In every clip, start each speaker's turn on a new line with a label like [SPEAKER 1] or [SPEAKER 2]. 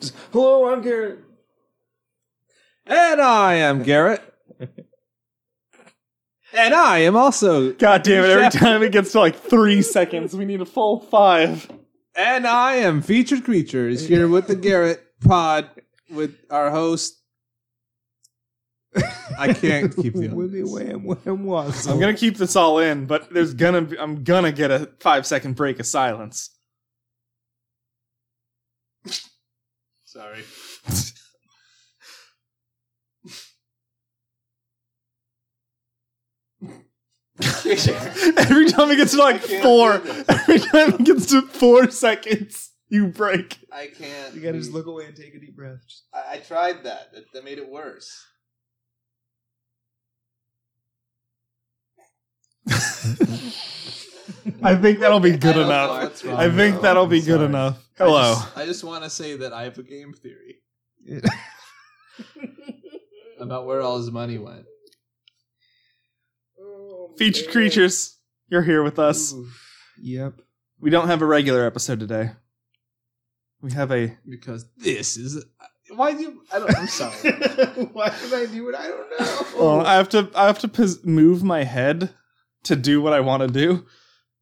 [SPEAKER 1] Just, Hello, I'm Garrett.
[SPEAKER 2] And I am Garrett. and I am also.
[SPEAKER 1] God damn it! Every time it gets to like three seconds, we need a full five.
[SPEAKER 2] And I am Featured Creatures here with the Garrett pod with our host. I can't keep the.
[SPEAKER 1] Willy wham wham I'm
[SPEAKER 2] I'm
[SPEAKER 1] gonna keep this all in, but there's gonna be, I'm gonna get a five second break of silence.
[SPEAKER 2] Sorry.
[SPEAKER 1] every time it gets to like
[SPEAKER 2] can't
[SPEAKER 1] four,
[SPEAKER 2] do this.
[SPEAKER 1] every time it gets to four seconds, you break.
[SPEAKER 2] I can't.
[SPEAKER 1] away and take a deep breath.
[SPEAKER 2] I, I tried that. that. That made it worse.
[SPEAKER 1] I think that'll be good
[SPEAKER 2] I don't know
[SPEAKER 1] enough.
[SPEAKER 2] what's wrong
[SPEAKER 1] I think
[SPEAKER 2] though.
[SPEAKER 1] that'll be
[SPEAKER 3] I'm
[SPEAKER 1] good
[SPEAKER 3] sorry.
[SPEAKER 1] enough. Hello.
[SPEAKER 2] I just, want to say that I have a game theory about where all his money went.
[SPEAKER 1] Featured creatures, you're here with us.
[SPEAKER 3] Oh, Yep.
[SPEAKER 1] We don't have a regular episode today. We have a
[SPEAKER 2] Because this is why do you, I don't. I'm sorry. why did I do it? I don't know.
[SPEAKER 1] Well, I have to I have to pos- move my head to do what I want to do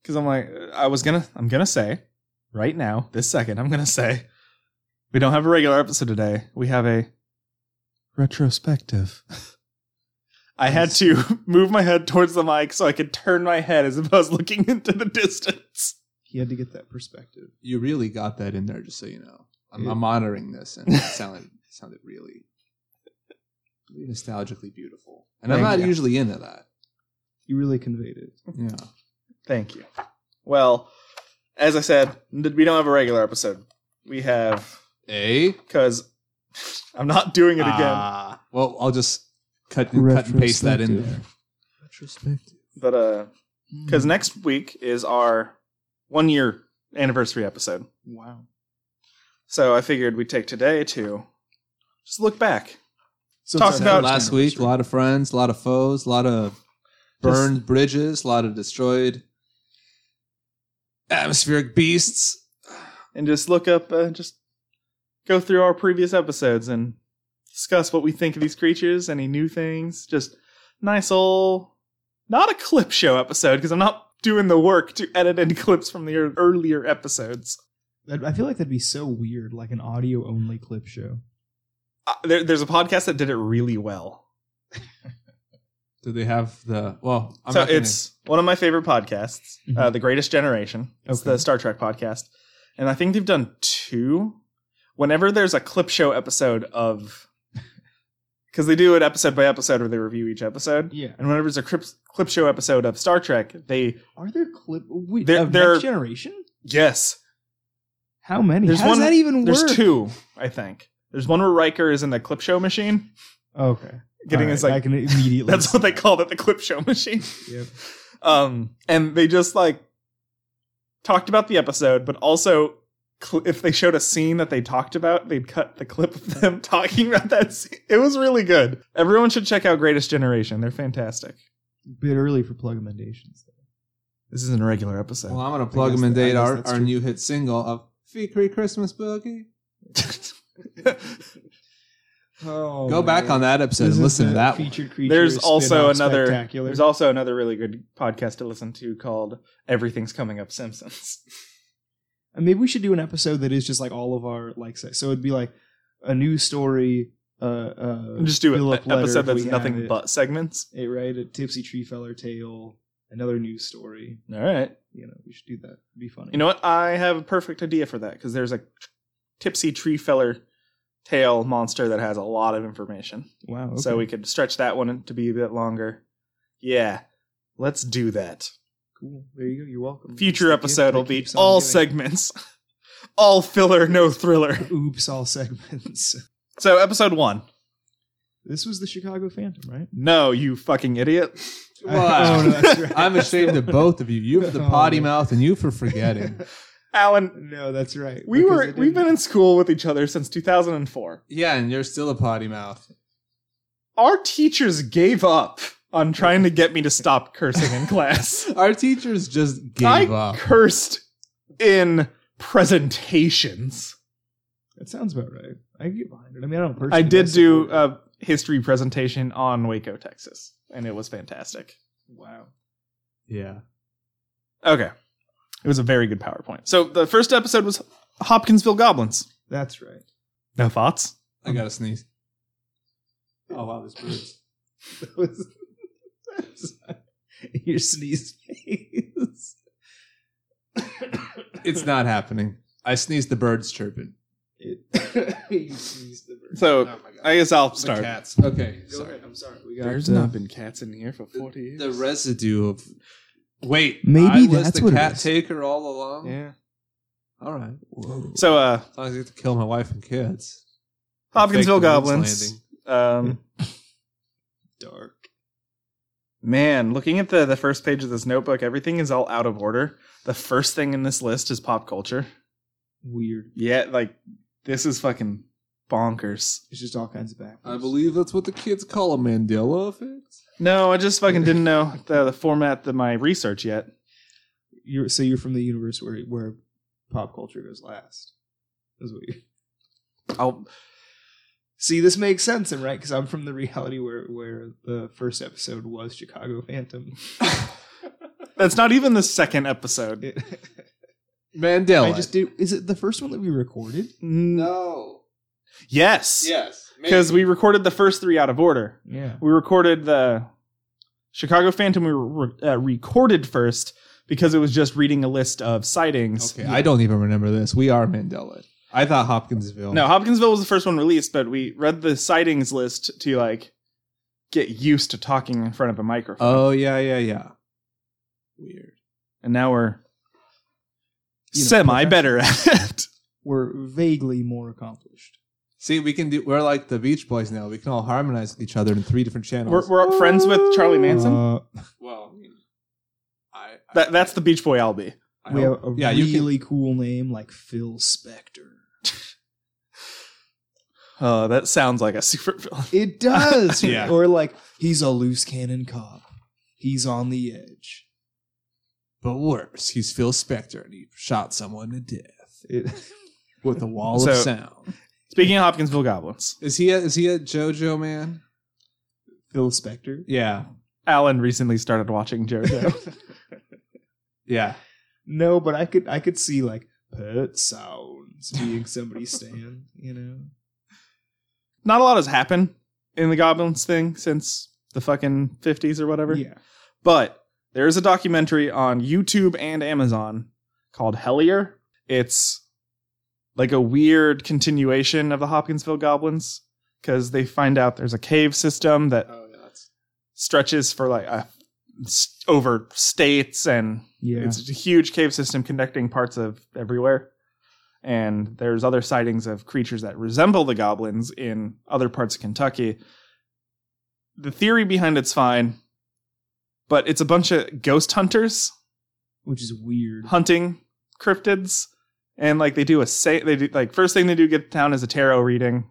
[SPEAKER 1] because I'm like I was gonna I'm gonna say right now this second I'm gonna say we don't have a regular episode today. We have a retrospective. I had to move my head towards the mic so I could turn my head as if I was looking into the distance.
[SPEAKER 3] He had to get that perspective.
[SPEAKER 2] you really got that in there, just so you know. I'm,
[SPEAKER 3] Yeah.
[SPEAKER 2] I'm monitoring this, and it sounded it sounded really, really nostalgically beautiful. And I'm
[SPEAKER 1] Thank
[SPEAKER 2] not
[SPEAKER 1] you.
[SPEAKER 2] usually into that.
[SPEAKER 3] You really conveyed it.
[SPEAKER 2] Yeah.
[SPEAKER 1] Thank you. Well, as I said, n- we don't have a regular episode. We have
[SPEAKER 2] A
[SPEAKER 1] because I'm not doing it again.
[SPEAKER 2] Ah. well, I'll just cut and, cut and paste that in there.
[SPEAKER 3] Retrospective. Retrospective.
[SPEAKER 1] But uh because
[SPEAKER 3] Hmm.
[SPEAKER 1] next week is our one year anniversary episode.
[SPEAKER 3] Wow.
[SPEAKER 1] So I figured we'd take today to just look back.
[SPEAKER 3] So
[SPEAKER 1] Talk
[SPEAKER 3] it's
[SPEAKER 1] about-
[SPEAKER 3] our
[SPEAKER 2] last
[SPEAKER 3] first
[SPEAKER 2] week. A
[SPEAKER 3] anniversary.
[SPEAKER 2] lot of friends, a lot of foes, a lot of burned bridges, a lot of destroyed atmospheric beasts.
[SPEAKER 1] and just look up, uh, just go through our previous episodes and discuss what we think of these creatures, any new things. Just nice old, not a clip show episode because I'm not doing the work to edit in clips from the ear- earlier episodes.
[SPEAKER 3] That- I feel like that'd be so weird, like an audio only clip show.
[SPEAKER 1] Uh, there, there's a podcast that did it really well.
[SPEAKER 2] Do they have the? Well, I'm
[SPEAKER 1] so
[SPEAKER 2] not gonna-
[SPEAKER 1] it's one of my favorite podcasts, uh,
[SPEAKER 3] Mhm.
[SPEAKER 1] The Greatest Generation. It's
[SPEAKER 3] Okay.
[SPEAKER 1] the Star Trek podcast, and I think they've done two. Whenever there's a clip show episode of, because they do it episode by episode, where they review each episode,
[SPEAKER 3] Yeah.
[SPEAKER 1] and whenever there's a clip, clip show episode of Star Trek, they
[SPEAKER 3] Are there clip? Wait,
[SPEAKER 1] There-
[SPEAKER 3] of
[SPEAKER 1] there-
[SPEAKER 3] Next Generation?
[SPEAKER 1] yes,
[SPEAKER 3] How many?
[SPEAKER 1] There's
[SPEAKER 3] How
[SPEAKER 1] one-
[SPEAKER 3] does that even
[SPEAKER 1] there's
[SPEAKER 3] work?
[SPEAKER 1] two. I think there's one where Riker is in the clip show machine,
[SPEAKER 3] Okay.
[SPEAKER 1] getting
[SPEAKER 3] All
[SPEAKER 1] his
[SPEAKER 3] right, I
[SPEAKER 1] like
[SPEAKER 3] can immediately.
[SPEAKER 1] That's what they called it, the clip show machine.
[SPEAKER 3] Yep.
[SPEAKER 1] Um, and they just like talked about the episode, but also cl- if they showed a scene that they talked about, they'd cut the clip of them talking about that scene. It was really good. Everyone should check out Greatest Generation. They're fantastic.
[SPEAKER 3] bit early for plug emendations.
[SPEAKER 1] This isn't a regular episode.
[SPEAKER 2] Well, I'm gonna
[SPEAKER 3] I
[SPEAKER 2] plug
[SPEAKER 3] guess
[SPEAKER 2] them and
[SPEAKER 3] that- I
[SPEAKER 2] date
[SPEAKER 3] guess
[SPEAKER 2] our,
[SPEAKER 3] that's
[SPEAKER 2] our
[SPEAKER 3] true.
[SPEAKER 2] new hit single of Fikri Christmas Boogie.
[SPEAKER 3] Oh,
[SPEAKER 2] Go back on that episode and listen to that one.
[SPEAKER 3] featured creature.
[SPEAKER 1] there's also
[SPEAKER 3] spin-off
[SPEAKER 1] another
[SPEAKER 3] spectacular.
[SPEAKER 1] there's also another really good podcast to listen to called Everything's Coming Up Simpsons.
[SPEAKER 3] And maybe we should do an episode that is just like all of our like se- so it'd be like a news story uh uh
[SPEAKER 1] Just do
[SPEAKER 3] Fill
[SPEAKER 1] an
[SPEAKER 3] up letter
[SPEAKER 1] episode
[SPEAKER 3] if
[SPEAKER 1] that's
[SPEAKER 3] we have
[SPEAKER 1] nothing
[SPEAKER 3] it.
[SPEAKER 1] but segments.
[SPEAKER 3] a right a tipsy tree feller tale another news story
[SPEAKER 1] All right.
[SPEAKER 3] you know we should do that It'd be funny
[SPEAKER 1] You know what? I have a perfect idea for that because there's a tipsy tree feller tail monster that has a lot of information.
[SPEAKER 3] wow okay.
[SPEAKER 1] So we could stretch that one to be a bit longer. Yeah, let's do that.
[SPEAKER 3] cool there Mm, you go you're welcome
[SPEAKER 1] Future
[SPEAKER 3] It's the gift
[SPEAKER 1] episode
[SPEAKER 3] that
[SPEAKER 1] will be
[SPEAKER 3] keeps on
[SPEAKER 1] all
[SPEAKER 3] giving.
[SPEAKER 1] segments, all filler, no thriller.
[SPEAKER 3] oops all segments
[SPEAKER 1] So episode one.
[SPEAKER 3] this was the Chicago Phantom right
[SPEAKER 1] No, you fucking idiot.
[SPEAKER 2] Wow.
[SPEAKER 3] oh, no, that's right.
[SPEAKER 2] I'm ashamed of both of you. You for the
[SPEAKER 3] Oh.
[SPEAKER 2] potty mouth and you for forgetting.
[SPEAKER 1] Alan,
[SPEAKER 3] no that's right
[SPEAKER 1] we
[SPEAKER 3] because
[SPEAKER 1] were
[SPEAKER 3] it
[SPEAKER 1] we've been
[SPEAKER 3] didn't-
[SPEAKER 1] in school with each other since 2004.
[SPEAKER 2] Yeah, and you're still a potty mouth.
[SPEAKER 1] Our teachers gave up on trying to get me to stop cursing in class.
[SPEAKER 2] Our teachers just gave
[SPEAKER 1] I
[SPEAKER 2] up.
[SPEAKER 1] cursed in presentations.
[SPEAKER 3] That sounds about right. I can get behind it. I mean, I don't personally.
[SPEAKER 1] I did do uh,
[SPEAKER 3] support it.
[SPEAKER 1] a history presentation on Waco, Texas, and it was fantastic.
[SPEAKER 3] wow.
[SPEAKER 2] Yeah.
[SPEAKER 1] Okay. It was a very good PowerPoint. So the first episode was Hopkinsville Goblins.
[SPEAKER 3] That's right.
[SPEAKER 1] No thoughts?
[SPEAKER 2] I got to sneeze. Oh, wow, this bruise.
[SPEAKER 3] That was, that was your sneeze face.
[SPEAKER 2] It's not happening. I sneezed the birds chirping.
[SPEAKER 3] It, you sneezed the bird.
[SPEAKER 1] So
[SPEAKER 2] my God.
[SPEAKER 1] I guess I'll start.
[SPEAKER 2] cats. Okay,
[SPEAKER 3] Go
[SPEAKER 2] sorry.
[SPEAKER 3] ahead. I'm sorry. We got
[SPEAKER 1] There's
[SPEAKER 3] the-
[SPEAKER 1] not been cats in here for 40 years.
[SPEAKER 2] The residue of. Wait,
[SPEAKER 3] Maybe
[SPEAKER 2] I was
[SPEAKER 3] that's
[SPEAKER 2] the
[SPEAKER 3] what it
[SPEAKER 2] cat
[SPEAKER 3] is.
[SPEAKER 2] taker all along.
[SPEAKER 1] yeah.
[SPEAKER 2] All right, Whoa.
[SPEAKER 1] So uh
[SPEAKER 2] as long as I get to kill my wife and kids.
[SPEAKER 1] Hopkinsville
[SPEAKER 2] Fake the moon's
[SPEAKER 1] Goblins.
[SPEAKER 2] landing.
[SPEAKER 1] Um
[SPEAKER 3] dark.
[SPEAKER 2] Hmm.
[SPEAKER 1] man, looking at the the first page of this notebook, everything is all out of order. The first thing in this list is pop culture.
[SPEAKER 3] Weird.
[SPEAKER 1] Yeah, like this is fucking bonkers.
[SPEAKER 3] It's just all kinds of back.
[SPEAKER 2] I believe that's what the kids call a Mandela effect.
[SPEAKER 1] No, I just fucking didn't know the, the format of my research yet.
[SPEAKER 3] you're so you're from the universe where where pop culture goes last. That's what you
[SPEAKER 1] I'll
[SPEAKER 3] see. This makes sense, and right because I'm from the reality where where the first episode was Chicago Phantom.
[SPEAKER 1] That's not even the second episode.
[SPEAKER 3] It- I
[SPEAKER 2] Mandela.
[SPEAKER 3] just do. Is it the first one that we recorded?
[SPEAKER 1] No.
[SPEAKER 2] No.
[SPEAKER 1] Yes.
[SPEAKER 2] Yes.
[SPEAKER 1] Because we recorded the first three out of order.
[SPEAKER 3] Yeah.
[SPEAKER 1] We recorded the Chicago Phantom. We re- uh, recorded first because it was just reading a list of sightings.
[SPEAKER 2] Okay, I don't even remember this. We are Mandela. I thought Hopkinsville.
[SPEAKER 1] No, Hopkinsville was the first one released, but we read the sightings list to like get used to talking in front of a microphone.
[SPEAKER 2] Oh yeah, yeah, yeah. Weird.
[SPEAKER 1] and now we're
[SPEAKER 3] You know,
[SPEAKER 1] semi better at it.
[SPEAKER 3] We're vaguely more accomplished.
[SPEAKER 2] See, we can do. We're like the Beach Boys now. We can all harmonize with each other in three different channels.
[SPEAKER 1] We're, we're friends with Charlie Manson.
[SPEAKER 3] Uh,
[SPEAKER 2] well, I mean, I, I-
[SPEAKER 1] That, that's the Beach Boy I'll be.
[SPEAKER 2] I
[SPEAKER 3] we have
[SPEAKER 2] hope-
[SPEAKER 3] a
[SPEAKER 2] yeah, you can,
[SPEAKER 3] really cool name like Phil Spector.
[SPEAKER 1] Oh, that sounds like a super villain.
[SPEAKER 3] It does.
[SPEAKER 2] Yeah.
[SPEAKER 3] Or like he's a loose cannon cop. He's on the edge.
[SPEAKER 2] but worse, he's Phil Spector, and he shot someone to death
[SPEAKER 3] It,
[SPEAKER 2] with a wall
[SPEAKER 1] So-
[SPEAKER 2] of sound.
[SPEAKER 1] Speaking of Hopkinsville Goblins,
[SPEAKER 2] Is he? A, is he a JoJo man?
[SPEAKER 3] Phil Spector.
[SPEAKER 2] Yeah,
[SPEAKER 1] Alan recently started watching JoJo.
[SPEAKER 2] yeah.
[SPEAKER 3] No, but I could I could see like pet sounds being somebody's stand, you know.
[SPEAKER 1] Not a lot has happened in the Goblins thing since the fucking 50s or whatever.
[SPEAKER 3] Yeah.
[SPEAKER 1] But there is a documentary on YouTube and Amazon called Hellier. It's like a weird continuation of the Hopkinsville Goblins because they find out there's a cave system that
[SPEAKER 2] Oh, yeah. That's,
[SPEAKER 1] stretches for like a, s- over states and
[SPEAKER 3] Yeah.
[SPEAKER 1] It's a huge cave system connecting parts of everywhere. And there's other sightings of creatures that resemble the goblins in other parts of Kentucky. The theory behind it's fine, but it's a bunch of ghost hunters
[SPEAKER 3] Which is weird.
[SPEAKER 1] hunting cryptids and like they do a say they do like first thing they do get to town is a tarot reading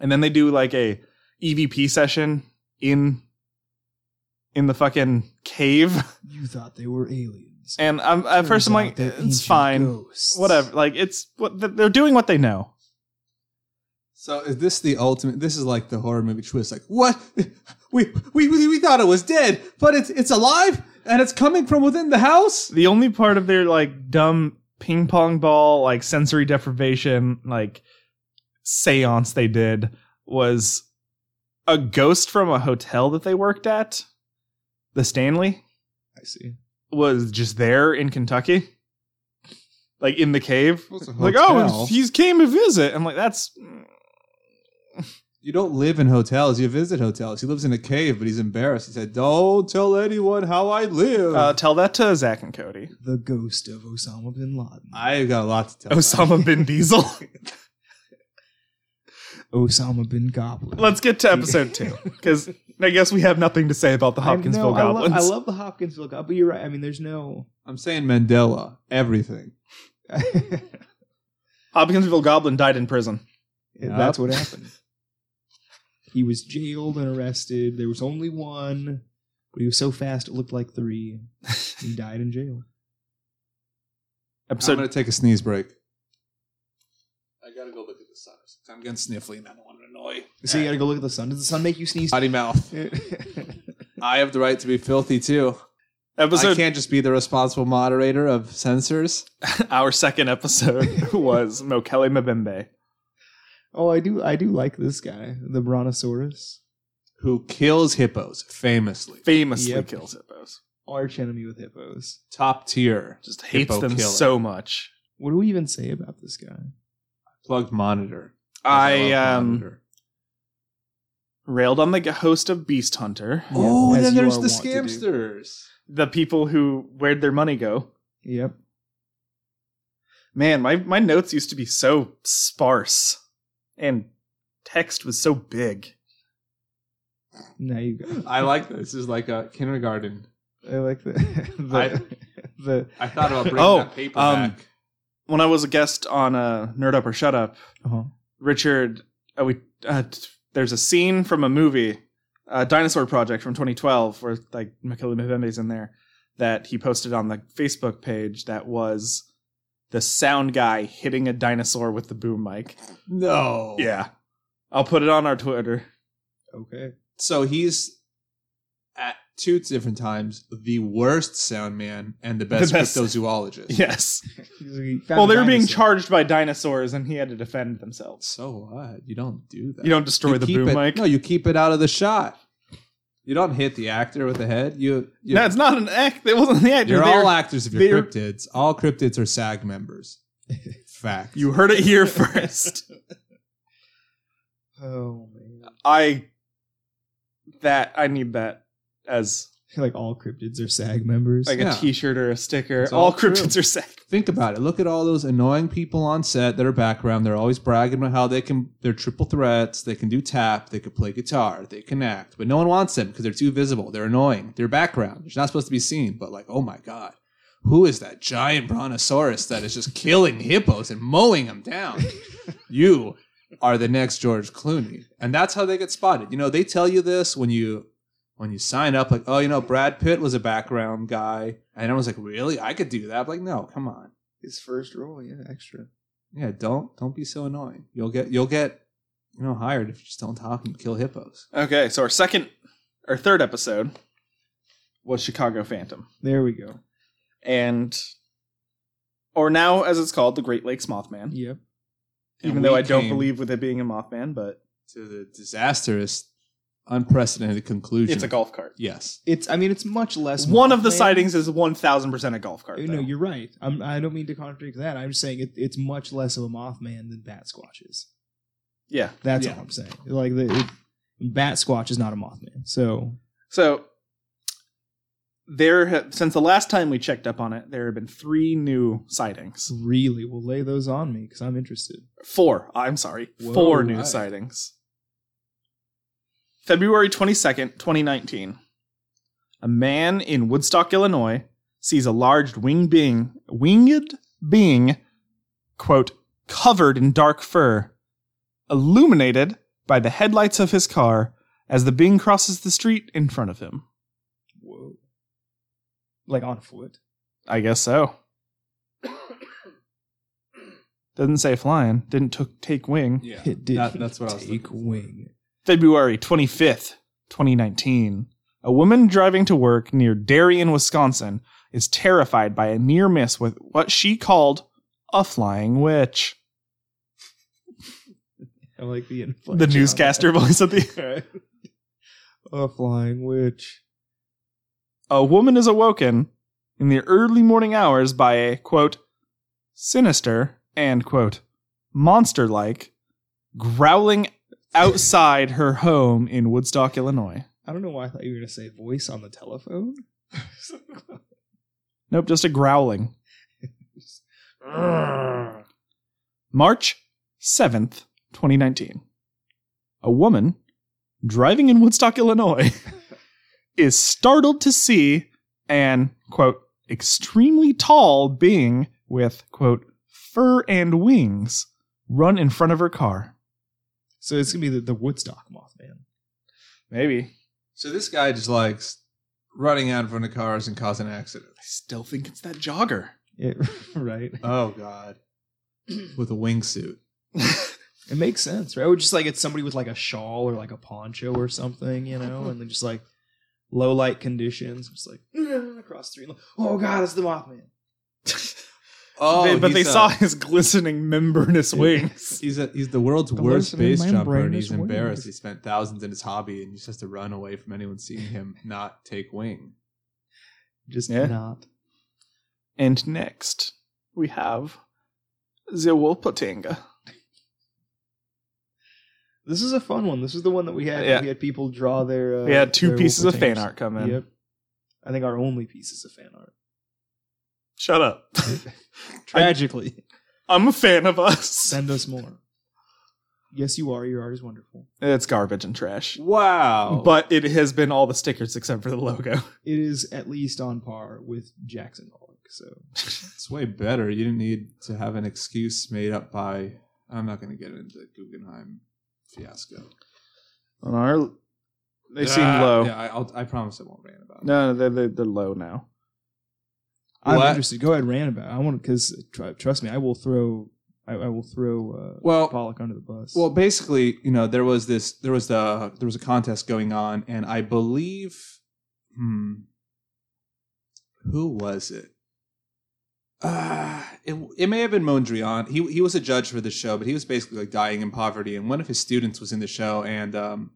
[SPEAKER 1] and then they do like a evp session in in the fucking cave
[SPEAKER 3] You thought they were aliens.
[SPEAKER 1] and i'm at first i'm like it's fine whatever. Like it's what th- they're doing what they know.
[SPEAKER 2] so is this the ultimate? This is like the horror movie twist. Like what? We we we we thought it was dead, but it's it's alive and it's coming from within the house.
[SPEAKER 1] The only part of their like dumb ping pong ball like sensory deprivation like séance they did was a ghost from a hotel that they worked at. The Stanley
[SPEAKER 3] I see.
[SPEAKER 1] was just there in Kentucky. Like in the cave.
[SPEAKER 2] Well, it's a
[SPEAKER 1] Like
[SPEAKER 2] hotel.
[SPEAKER 1] oh, he's came to visit. I'm like that's
[SPEAKER 2] You don't live in hotels. You visit hotels. He lives in a cave, but he's embarrassed. He said, "Don't tell anyone how I live."
[SPEAKER 1] uh, tell that to Zach and Cody.
[SPEAKER 3] The ghost of Osama bin Laden.
[SPEAKER 2] I've got a lot to tell.
[SPEAKER 1] Osama bin Diesel.
[SPEAKER 3] Osama bin Goblin.
[SPEAKER 1] Let's get to episode two because I guess we have nothing to say about the
[SPEAKER 3] I-
[SPEAKER 1] Hopkinsville
[SPEAKER 3] no, I love-
[SPEAKER 1] Goblins.
[SPEAKER 3] I love, the Hopkinsville Goblins, but you're right. I mean, there's no.
[SPEAKER 2] I'm saying Mandela. Everything.
[SPEAKER 1] Hopkinsville Goblin died in prison.
[SPEAKER 3] That's what happened. He was jailed and arrested. There was only one, but he was so fast it looked like three. He died in jail.
[SPEAKER 2] I'm
[SPEAKER 1] Episode
[SPEAKER 2] gonna take a sneeze break. I gotta go look the sun. I'm getting sniffly and I don't want to annoy.
[SPEAKER 3] So you gotta go look at the sun. Does the sun make you sneeze?
[SPEAKER 2] Potty mouth. I have the right to be filthy too. I
[SPEAKER 1] Episode
[SPEAKER 2] can't just be the responsible moderator of censors.
[SPEAKER 1] our second episode was Mokele Mbembe.
[SPEAKER 3] oh, I do. I do like this guy, the Brontosaurus,
[SPEAKER 2] Who kills hippos famously.
[SPEAKER 1] Famously
[SPEAKER 3] Yep.
[SPEAKER 1] kills hippos.
[SPEAKER 3] arch enemy with hippos.
[SPEAKER 2] Top tier.
[SPEAKER 1] Just hates
[SPEAKER 2] Hippo
[SPEAKER 1] them
[SPEAKER 2] killer.
[SPEAKER 1] so much.
[SPEAKER 3] What do we even say about this guy?
[SPEAKER 2] Plugged monitor. love
[SPEAKER 1] I um
[SPEAKER 2] monitor.
[SPEAKER 1] railed on the g- host of Beast Hunter,
[SPEAKER 2] Oh,
[SPEAKER 3] as
[SPEAKER 2] then
[SPEAKER 3] you
[SPEAKER 2] there's
[SPEAKER 3] are
[SPEAKER 2] the
[SPEAKER 3] wont to do.
[SPEAKER 2] scamsters.
[SPEAKER 1] the people who where'd their money go?
[SPEAKER 3] Yep.
[SPEAKER 1] Man, my, my notes used to be so sparse and text was so big.
[SPEAKER 3] Now you go.
[SPEAKER 2] I like this. This is like a kindergarten.
[SPEAKER 3] I like the the, the
[SPEAKER 2] I thought about bringing
[SPEAKER 1] Oh,
[SPEAKER 2] that paper
[SPEAKER 1] um,
[SPEAKER 2] back.
[SPEAKER 1] When I was a guest on uh, Nerd Up or Shut Up,
[SPEAKER 3] uh-huh.
[SPEAKER 1] Richard, uh, we uh, t- there's a scene from a movie, uh, Dinosaur Project from 2012, where like Michaela Mbembe's in there, that he posted on the Facebook page that was the sound guy hitting a dinosaur with the boom mic.
[SPEAKER 2] No.
[SPEAKER 1] Yeah. I'll put it on our Twitter.
[SPEAKER 3] okay.
[SPEAKER 2] So he's at two different times the worst sound man and the best,
[SPEAKER 1] The best-
[SPEAKER 2] cryptozoologist.
[SPEAKER 1] Yes.
[SPEAKER 3] We found
[SPEAKER 1] Well,
[SPEAKER 3] a
[SPEAKER 1] they were being
[SPEAKER 3] dinosaur.
[SPEAKER 1] charged by dinosaurs and he had to defend themselves.
[SPEAKER 2] So what? You don't do that.
[SPEAKER 1] You don't destroy
[SPEAKER 2] You
[SPEAKER 1] the
[SPEAKER 2] keep
[SPEAKER 1] boom
[SPEAKER 2] it,
[SPEAKER 1] mic.
[SPEAKER 2] No, you keep it out of the shot. You don't hit the actor with the head. You, you
[SPEAKER 1] No, it's not an act. It wasn't the act.
[SPEAKER 2] you're
[SPEAKER 1] They're-
[SPEAKER 2] all actors if you're
[SPEAKER 1] they're-
[SPEAKER 2] cryptids. All cryptids are SAG members. Fact.
[SPEAKER 1] you heard it here first.
[SPEAKER 3] Oh man.
[SPEAKER 1] I that I need that as
[SPEAKER 3] Like all cryptids are SAG members.
[SPEAKER 1] like
[SPEAKER 2] Yeah.
[SPEAKER 1] a T-shirt or a sticker.
[SPEAKER 2] It's
[SPEAKER 1] All,
[SPEAKER 2] all true.
[SPEAKER 1] cryptids are sack.
[SPEAKER 2] Think about it. Look at all those annoying people on set that are background. They're always bragging about how they can. They're triple threats. They can do tap. They can play guitar. They can act. But no one wants them because they're too visible. They're annoying. They're background. They're not supposed to be seen. But like, oh my god, who is that giant brontosaurus that is just killing hippos and mowing them down? you are the next George Clooney, and that's how they get spotted. You know, they tell you this when you when you sign up, like, oh, you know, Brad Pitt was a background guy, and everyone's like, really, I could do that. I'm like, no, come on,
[SPEAKER 3] his first role, yeah, extra.
[SPEAKER 2] yeah, don't don't be so annoying. You'll get you'll get you know hired if you just don't talk and kill hippos.
[SPEAKER 1] Okay, so our second or third episode was Chicago Phantom,
[SPEAKER 3] There we go.
[SPEAKER 1] and or now as it's called, the Great Lakes Mothman.
[SPEAKER 3] Yep.
[SPEAKER 2] And
[SPEAKER 1] Even though
[SPEAKER 2] we
[SPEAKER 1] I don't
[SPEAKER 2] came
[SPEAKER 1] believe with it being a Mothman, but
[SPEAKER 2] to the disastrous, unprecedented conclusion,
[SPEAKER 1] it's a golf cart.
[SPEAKER 2] Yes,
[SPEAKER 3] It's. I mean, it's much less.
[SPEAKER 1] One of the
[SPEAKER 3] Mothman.
[SPEAKER 1] sightings is one thousand percent a golf cart.
[SPEAKER 3] Uh,
[SPEAKER 1] though.
[SPEAKER 3] No, you're right. I'm, I don't mean to contradict that. I'm just saying it, it's much less of a Mothman than Bat Squatch is.
[SPEAKER 1] yeah.
[SPEAKER 3] That's
[SPEAKER 2] Yeah.
[SPEAKER 3] all I'm saying. Like the it, Bat Squatch is not a Mothman. So
[SPEAKER 1] So there have, since the last time we checked up on it, there have been three new sightings.
[SPEAKER 3] really, will lay those on me because I'm interested.
[SPEAKER 1] Four, I'm sorry,
[SPEAKER 2] Whoa,
[SPEAKER 1] four new
[SPEAKER 2] right.
[SPEAKER 1] sightings. February 22nd, 2019. A man in Woodstock, Illinois, sees a large winged being, winged being, quote, covered in dark fur, illuminated by the headlights of his car as the being crosses the street in front of him.
[SPEAKER 3] Whoa. Like on foot.
[SPEAKER 1] I guess so. Doesn't say flying. Didn't took take wing.
[SPEAKER 2] yeah,
[SPEAKER 3] It did.
[SPEAKER 2] That- that's what I was
[SPEAKER 3] take
[SPEAKER 2] looking for.
[SPEAKER 3] wing.
[SPEAKER 1] February 25th, 2019. A woman driving to work near Darien, Wisconsin is terrified by a near miss with what she called a flying witch.
[SPEAKER 3] I like the inflection.
[SPEAKER 1] The
[SPEAKER 3] on
[SPEAKER 1] newscaster voice at the
[SPEAKER 3] that. a flying witch.
[SPEAKER 1] a woman is awoken in the early morning hours by a quote sinister and quote monster like growling outside her home in Woodstock, Illinois.
[SPEAKER 3] I don't know why I thought you were going to say voice on the telephone.
[SPEAKER 1] Nope, just a growling. March 7th, 2019. A woman driving in Woodstock, Illinois is startled to see an, quote, extremely tall being with, quote, fur and wings run in front of her car.
[SPEAKER 3] so it's going to be the, the Woodstock Mothman.
[SPEAKER 1] Maybe.
[SPEAKER 2] So this guy just likes running out in front of cars and causing accidents.
[SPEAKER 1] I still think it's that jogger.
[SPEAKER 3] It, right?
[SPEAKER 2] Oh God, with a wingsuit.
[SPEAKER 3] It makes sense, right? Or just like it's somebody with like a shawl or like a poncho or something, you know, and then just like low light conditions, just like across three. Oh god, it's the Mothman.
[SPEAKER 2] Oh,
[SPEAKER 1] They- but
[SPEAKER 2] he's
[SPEAKER 1] they
[SPEAKER 2] a-
[SPEAKER 1] saw his glistening membranous wings.
[SPEAKER 2] He's a, he's the world's
[SPEAKER 3] The
[SPEAKER 2] worst
[SPEAKER 3] listening
[SPEAKER 2] space jumper, and
[SPEAKER 3] membranous
[SPEAKER 2] he's embarrassed.
[SPEAKER 3] wings.
[SPEAKER 2] He spent thousands in his hobby, and he just has to run away from anyone seeing him not take wing.
[SPEAKER 3] Just
[SPEAKER 1] Yeah.
[SPEAKER 3] not.
[SPEAKER 1] and next, we have the Wolpotanga.
[SPEAKER 3] This is a fun one. This is the one that we had.
[SPEAKER 1] Yeah.
[SPEAKER 3] We had people draw their. Uh,
[SPEAKER 1] We had two
[SPEAKER 3] their
[SPEAKER 1] pieces of fan
[SPEAKER 3] Wolvertanes.
[SPEAKER 1] art come in.
[SPEAKER 3] Yep. I think our only pieces of fan art.
[SPEAKER 1] Shut up.
[SPEAKER 3] Tragically,
[SPEAKER 1] I'm a fan of us.
[SPEAKER 3] send us more. Yes, you are. Your art is wonderful.
[SPEAKER 1] It's garbage and trash.
[SPEAKER 2] Wow!
[SPEAKER 1] But it has been all the stickers except for the logo.
[SPEAKER 3] It is at least on par with Jackson Pollock. So
[SPEAKER 2] it's way better. You didn't need to have an excuse made up by. I'm not going to get into the Guggenheim fiasco.
[SPEAKER 1] On our, they seem
[SPEAKER 2] Ah,
[SPEAKER 1] low.
[SPEAKER 2] Yeah, I, I'll, I promise I won't rant about it.
[SPEAKER 1] No, they're, they're, they're low now.
[SPEAKER 3] I'm
[SPEAKER 2] What?
[SPEAKER 3] interested. Go ahead, rant about. It. I want because tr- trust me, I will throw. I, I will throw uh,
[SPEAKER 2] Well,
[SPEAKER 3] Pollock under the bus.
[SPEAKER 2] Well, basically, you know, there was this, there was the, there was a contest going on, and I believe, hmm, who was it? Uh, it, it may have been Mondrian. He he was a judge for the show, but he was basically like dying in poverty. And one of his students was in the show, and um,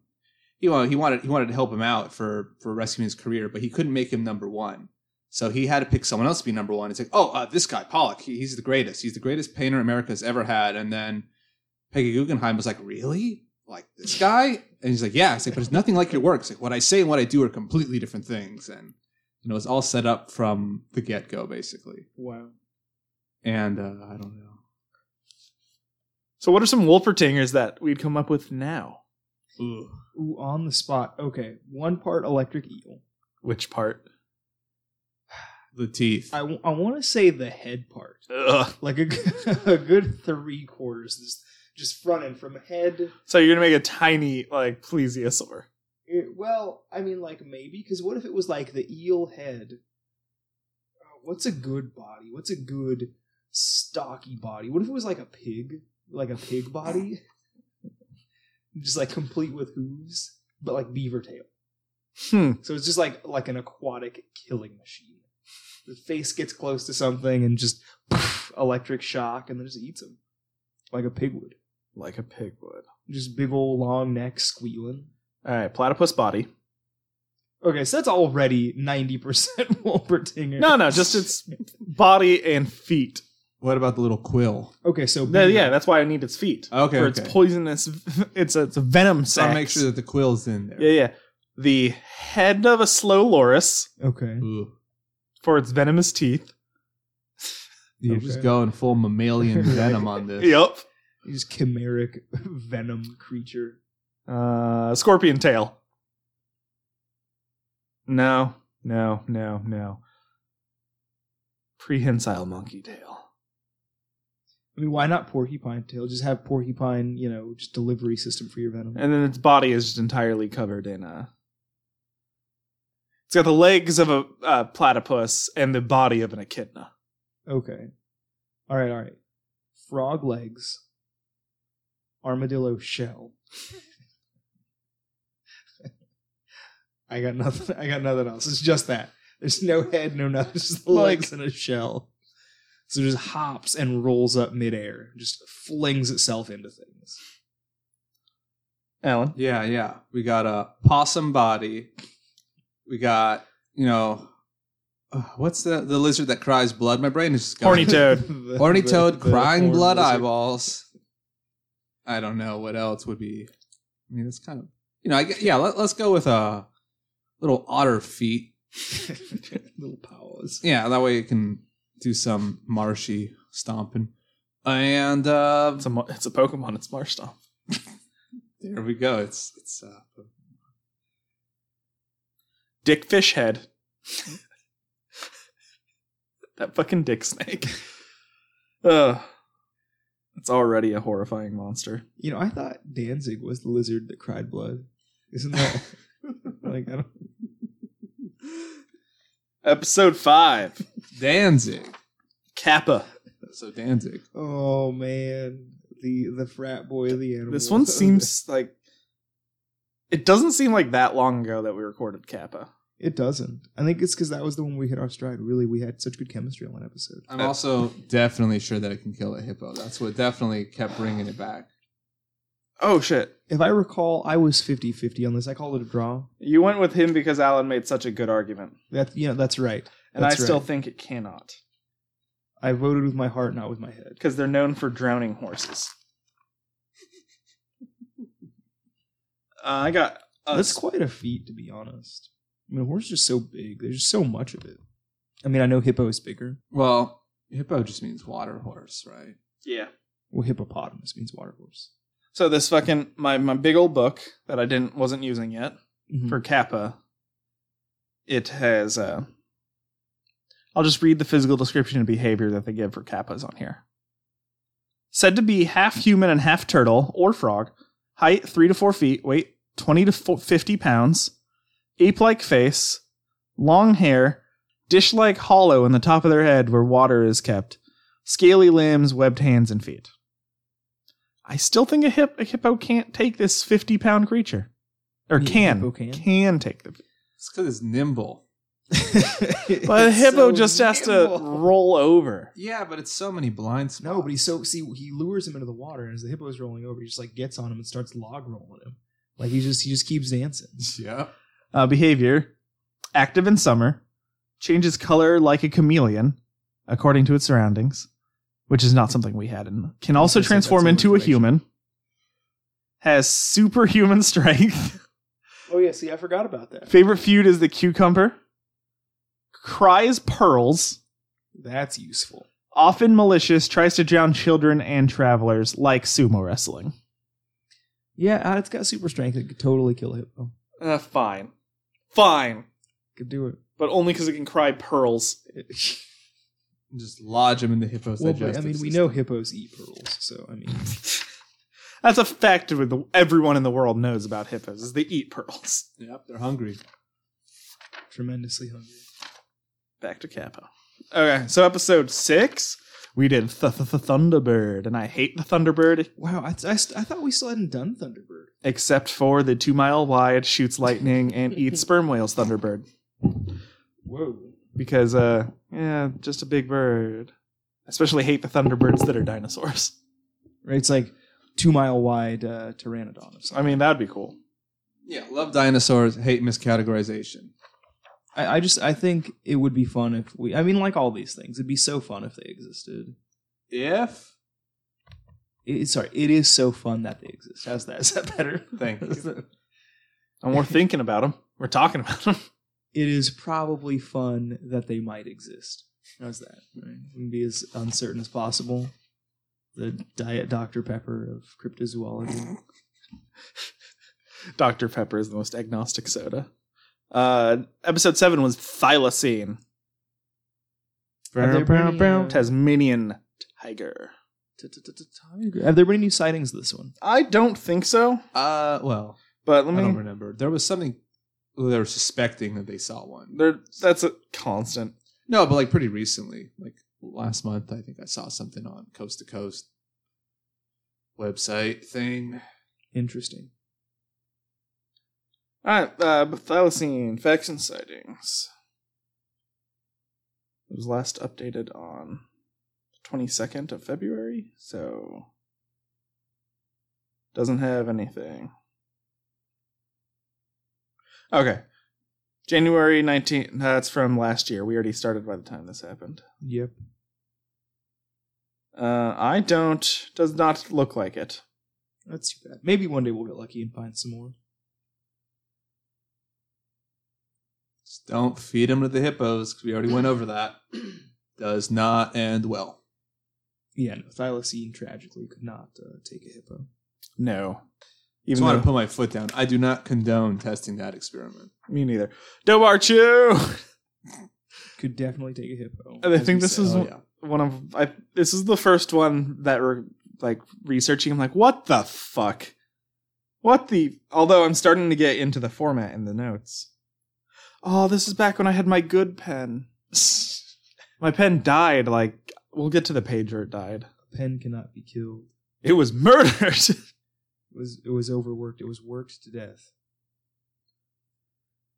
[SPEAKER 2] he wanted he wanted he wanted to help him out for for rescuing his career, but he couldn't make him number one. So he had to pick someone else to be number one. It's like, oh, uh, this guy Pollock, he, he's the greatest. He's the greatest painter America's ever had. And then Peggy Guggenheim was like, really? Like this guy? And he's like, yeah. It's like, but it's nothing like your work. It's like what I say and what I do are completely different things. And you know, it's all set up from the get go, basically.
[SPEAKER 3] wow.
[SPEAKER 2] And uh, I don't know.
[SPEAKER 1] So, what are some Wolpertingers that we'd come up with now?
[SPEAKER 3] Ooh, on the spot. Okay, one part electric eel.
[SPEAKER 1] Which part?
[SPEAKER 2] The teeth.
[SPEAKER 3] I, w- I want to say the head part.
[SPEAKER 1] Ugh.
[SPEAKER 3] like a, g- a good three quarters just just front and from head
[SPEAKER 1] So you're gonna make a tiny like plesiosaur.
[SPEAKER 3] it- well i mean like maybe because what if it was like the eel head Uh, what's a good body what's a good stocky body what if it was like a pig like a pig body just like complete with hooves but like beaver tail
[SPEAKER 1] Hmm.
[SPEAKER 3] so it's just like like an aquatic killing machine the face gets close to something and just electric shock and then just eats him like a pig would
[SPEAKER 1] Like a pig would.
[SPEAKER 3] just big old long neck squealing.
[SPEAKER 1] All right, platypus body.
[SPEAKER 3] Okay, so that's already ninety percent Wolpertinger.
[SPEAKER 1] No, no, just its body and feet.
[SPEAKER 2] What about the little quill?
[SPEAKER 3] okay. So
[SPEAKER 1] No,
[SPEAKER 3] beaver.
[SPEAKER 1] yeah, that's why I need its feet
[SPEAKER 2] Okay,
[SPEAKER 1] for
[SPEAKER 2] okay.
[SPEAKER 1] its poisonous. It's a, it's a venom
[SPEAKER 2] So I'll
[SPEAKER 1] sac.
[SPEAKER 2] make sure that the quill's in there.
[SPEAKER 1] yeah, yeah. The head of a slow loris
[SPEAKER 3] okay.
[SPEAKER 2] Ooh.
[SPEAKER 1] for its venomous teeth.
[SPEAKER 2] You're
[SPEAKER 3] Okay.
[SPEAKER 2] just going full mammalian venom on this.
[SPEAKER 1] Yep.
[SPEAKER 3] He's chimeric venom creature.
[SPEAKER 1] Uh, scorpion tail. No, no, no, no. Prehensile monkey tail.
[SPEAKER 3] I mean, why not porcupine tail? Just have porcupine, you know, just delivery system for your venom.
[SPEAKER 1] and then its body is just entirely covered in uh it's got the legs of a uh, platypus and the body of an echidna
[SPEAKER 3] Okay. All right, all right. Frog legs. Armadillo shell. I got nothing. I got nothing else. It's just that. There's no head, no nothing. It's Just the
[SPEAKER 1] Like-
[SPEAKER 3] legs and a shell. So it just hops and rolls up midair. Just flings itself into things.
[SPEAKER 1] alan
[SPEAKER 2] Yeah, yeah. We got a possum body. We got, you know, uh, what's the the lizard that cries blood? My brain is just going.
[SPEAKER 1] Horny toad.
[SPEAKER 3] The-
[SPEAKER 2] Horny
[SPEAKER 3] the-
[SPEAKER 2] toad
[SPEAKER 3] the
[SPEAKER 2] crying
[SPEAKER 3] horned
[SPEAKER 2] blood
[SPEAKER 3] lizard.
[SPEAKER 2] eyeballs. I don't know what else would be. I mean, that's kind of you know. I gue- yeah. Let, let's go with uh, little otter feet.
[SPEAKER 3] Little powers.
[SPEAKER 2] Yeah, that way you can do some marshy stomping. And uh,
[SPEAKER 1] it's a, mo- it's a pokemon it's marshtomp
[SPEAKER 2] there we go. It's it's uh,
[SPEAKER 1] dick fish head that fucking dick snake Ugh. it's already a horrifying monster
[SPEAKER 3] You know, I thought Danzig was the lizard that cried blood. Isn't that like I don't?
[SPEAKER 1] episode 5
[SPEAKER 2] Danzig.
[SPEAKER 1] kappa
[SPEAKER 2] So Danzig.
[SPEAKER 3] Oh man, the the frat boy of the animal.
[SPEAKER 1] This one seems like it doesn't seem like that long ago that we recorded Kappa.
[SPEAKER 3] It doesn't. I think it's because that was the one we hit our stride. Really, we had such good chemistry on one episode.
[SPEAKER 1] Um,
[SPEAKER 2] I'm also definitely sure that it can kill a hippo. That's what definitely kept bringing it back.
[SPEAKER 1] Oh shit.
[SPEAKER 3] If I recall, I was 50-50 on this. I called it a draw.
[SPEAKER 1] You went with him because Alan made such a good argument.
[SPEAKER 3] That you know, that's right.
[SPEAKER 1] And
[SPEAKER 3] That's
[SPEAKER 1] I still
[SPEAKER 3] right.
[SPEAKER 1] think it cannot.
[SPEAKER 3] I voted with my heart, not with my head.
[SPEAKER 1] Because they're known for drowning horses. Uh, I got uh,
[SPEAKER 3] That's quite a feat, to be honest. I mean, a horse is just so big. There's just so much of it. I mean, I know hippo is bigger.
[SPEAKER 2] Well, hippo just means water horse, right?
[SPEAKER 1] yeah.
[SPEAKER 3] Well, hippopotamus means water horse.
[SPEAKER 1] So this fucking my my big old book that I didn't wasn't using yet
[SPEAKER 3] Mhm.
[SPEAKER 1] for Kappa. It has. Uh, I'll just read the physical description and behavior that they give for Kappas on here. Said to be half human and half turtle or frog, height three to four feet, weight twenty to fo- fifty pounds, ape-like face, long hair, dish-like hollow in the top of their head where water is kept, scaly limbs, webbed hands and feet. I still think a, hip- a hippo can't take this fifty-pound creature, or
[SPEAKER 3] Yeah,
[SPEAKER 1] can
[SPEAKER 3] hippo can.
[SPEAKER 1] can take the
[SPEAKER 2] It's because it's nimble.
[SPEAKER 1] but a
[SPEAKER 3] Mm-hmm. It's
[SPEAKER 1] hippo
[SPEAKER 3] so
[SPEAKER 1] just has to
[SPEAKER 3] nimble.
[SPEAKER 1] roll over.
[SPEAKER 2] Yeah, but it's so many blind spots.
[SPEAKER 3] No, but he's so see he lures him into the water, and as the hippo is rolling over, he just like gets on him and starts log rolling him. Like he just he just keeps dancing.
[SPEAKER 2] Yep.
[SPEAKER 1] Uh, behavior active in summer, changes color like a chameleon according to its surroundings, which is not something we had in. Can also
[SPEAKER 3] gonna say that's
[SPEAKER 1] transform
[SPEAKER 3] new
[SPEAKER 1] into a
[SPEAKER 3] information.
[SPEAKER 1] human, has superhuman strength.
[SPEAKER 3] Oh yeah, see, I forgot about that.
[SPEAKER 1] Favorite food is the cucumber, cries pearls,
[SPEAKER 3] That's useful.
[SPEAKER 1] often malicious, tries to drown children and travelers like sumo wrestling.
[SPEAKER 3] Yeah, uh, it's got super strength. It could totally kill a hippo.
[SPEAKER 1] Uh, fine. Fine.
[SPEAKER 3] Could do it.
[SPEAKER 1] But only because it can cry pearls.
[SPEAKER 2] Just lodge him in the hippo's
[SPEAKER 3] well, but, I
[SPEAKER 2] digestive
[SPEAKER 3] mean, we
[SPEAKER 2] system.
[SPEAKER 3] know hippos eat pearls, so I mean,
[SPEAKER 1] That's a fact with the, everyone in the world knows about hippos is they eat pearls.
[SPEAKER 2] Yep, they're hungry.
[SPEAKER 3] tremendously hungry.
[SPEAKER 1] Back to Capo. Okay, so episode six, we did th- th- th- Thunderbird, and I hate the Thunderbird
[SPEAKER 3] Wow, I, I, st- I thought we still hadn't done Thunderbird.
[SPEAKER 1] except for the two mile wide, shoots lightning, and eats sperm whales Thunderbird
[SPEAKER 3] Whoa.
[SPEAKER 1] because uh yeah, just a big bird. I especially hate the Thunderbirds that are dinosaurs.
[SPEAKER 3] Right, it's like two mile wide uh, pteranodon or
[SPEAKER 1] I
[SPEAKER 3] something.
[SPEAKER 1] mean, that'd be cool.
[SPEAKER 2] Yeah, love dinosaurs, hate miscategorization.
[SPEAKER 3] I, I just I think it would be fun if we. I mean, like all these things, it'd be so fun if they existed.
[SPEAKER 2] If
[SPEAKER 3] It, sorry, it is so fun that they exist. How's that? Is that better?
[SPEAKER 2] Thank you.
[SPEAKER 3] it
[SPEAKER 1] And we're thinking about them. We're talking about them.
[SPEAKER 3] is probably fun that they might exist. How's that? Right? We can be as uncertain as possible. The diet Dr Pepper of cryptozoology.
[SPEAKER 1] Dr. Pepper is the most agnostic soda. Uh, episode seven was thylacine,
[SPEAKER 3] Have there been any, uh,
[SPEAKER 1] Tasmanian tiger.
[SPEAKER 3] Tiger. Have there been any sightings of this one?
[SPEAKER 1] I don't think so,
[SPEAKER 2] uh, well,
[SPEAKER 1] but let
[SPEAKER 2] I don't
[SPEAKER 1] me.
[SPEAKER 2] remember. There was something well, they were suspecting that they saw one.
[SPEAKER 1] There, that's a constant.
[SPEAKER 2] No, but like pretty recently, like last month, I think I saw something on Coast to Coast website thing.
[SPEAKER 3] Interesting.
[SPEAKER 1] All right, uh, thylacine facts and sightings. It was last updated on twenty second of February, so doesn't have anything. Okay, January nineteenth. That's from last year. We already started by the time this happened.
[SPEAKER 3] Yep.
[SPEAKER 1] Uh, I don't. Does not look like it.
[SPEAKER 3] That's too bad. Maybe one day we'll get lucky and find some more.
[SPEAKER 2] Just don't feed them to the hippos because we already went over that. Does not end well.
[SPEAKER 3] Yeah, no, thylacine tragically could not uh, take a hippo.
[SPEAKER 1] No.
[SPEAKER 2] Just
[SPEAKER 1] Even
[SPEAKER 2] want
[SPEAKER 1] though,
[SPEAKER 2] to put my foot down. I do not condone testing that experiment.
[SPEAKER 1] me neither. Dobarchu.
[SPEAKER 3] Could definitely take a hippo.
[SPEAKER 1] And I
[SPEAKER 3] as
[SPEAKER 1] think
[SPEAKER 3] we
[SPEAKER 1] this
[SPEAKER 3] said.
[SPEAKER 1] is-
[SPEAKER 2] Oh yeah,
[SPEAKER 1] one of I this is the first one that we're like researching. I'm like, what the fuck? What the although I'm starting to get into the format in the notes. Oh, this is back when I had my good pen. My pen died, like we'll get to the page where it died.
[SPEAKER 3] a pen cannot be killed.
[SPEAKER 1] It was murdered.
[SPEAKER 3] It was it was overworked. It was worked to death.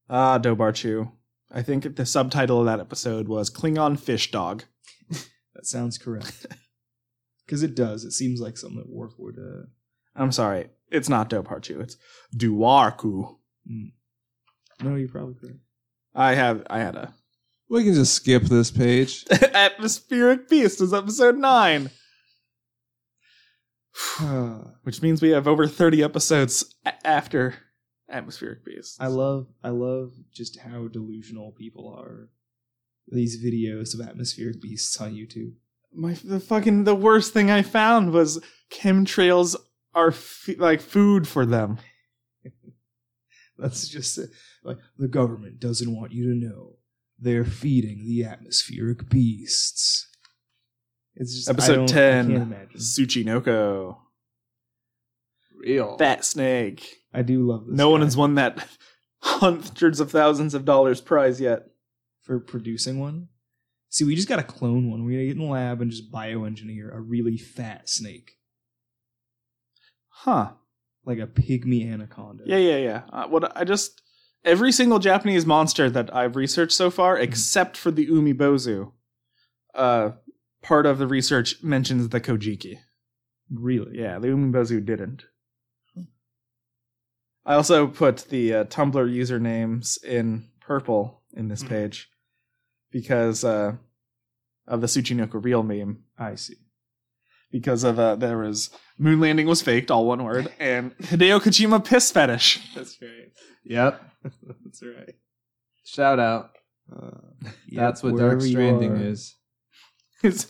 [SPEAKER 1] ah, Dobarchu. I think the subtitle of that episode was Klingon Fish Dog.
[SPEAKER 3] That sounds correct. Because it does. It seems like something that Worf would. Uh,
[SPEAKER 1] I'm sorry. It's not Dobarchu. It's Duarku.
[SPEAKER 3] no, you're probably correct.
[SPEAKER 1] I have I had a
[SPEAKER 2] We can just skip this page.
[SPEAKER 1] Atmospheric Beast is episode nine. Which means we have over 30 episodes a- after Atmospheric Beast.
[SPEAKER 3] I love I love just how delusional people are. These videos of atmospheric beasts on YouTube.
[SPEAKER 1] my the fucking the worst thing I found was chemtrails are f- like food for them.
[SPEAKER 3] That's just it. like the government doesn't want you to know they're feeding the atmospheric beasts. It's just I
[SPEAKER 1] Episode
[SPEAKER 3] don't- I can't
[SPEAKER 1] 10
[SPEAKER 3] imagine.
[SPEAKER 1] Tsuchinoko.
[SPEAKER 2] Real.
[SPEAKER 1] That snake.
[SPEAKER 3] I do love this.
[SPEAKER 1] no one
[SPEAKER 3] guy
[SPEAKER 1] has won that hundreds of thousands of dollars prize yet.
[SPEAKER 3] for producing one. See, we just gotta clone one. We gotta get in the lab and just bioengineer a really fat snake,
[SPEAKER 1] Huh.
[SPEAKER 3] like a pygmy anaconda.
[SPEAKER 1] Yeah, yeah, yeah. Uh, what I just every single Japanese monster that I've researched so far, except for the umibozu, uh, part of the research mentions the kojiki.
[SPEAKER 3] really.
[SPEAKER 1] Yeah, the umibozu didn't. I also put the uh, Tumblr usernames in purple in this
[SPEAKER 3] Hmm.
[SPEAKER 1] page because uh, of the Tsuchinoko real meme.
[SPEAKER 3] I see.
[SPEAKER 1] Because of uh, there was moon landing was faked, all one word, and Hideo Kojima piss fetish.
[SPEAKER 3] That's right.
[SPEAKER 2] Yep.
[SPEAKER 3] That's right.
[SPEAKER 2] Shout out.
[SPEAKER 3] Uh,
[SPEAKER 2] That's what
[SPEAKER 3] wherever
[SPEAKER 2] Dark
[SPEAKER 3] you
[SPEAKER 2] Stranding
[SPEAKER 3] are.
[SPEAKER 2] is.
[SPEAKER 1] It's-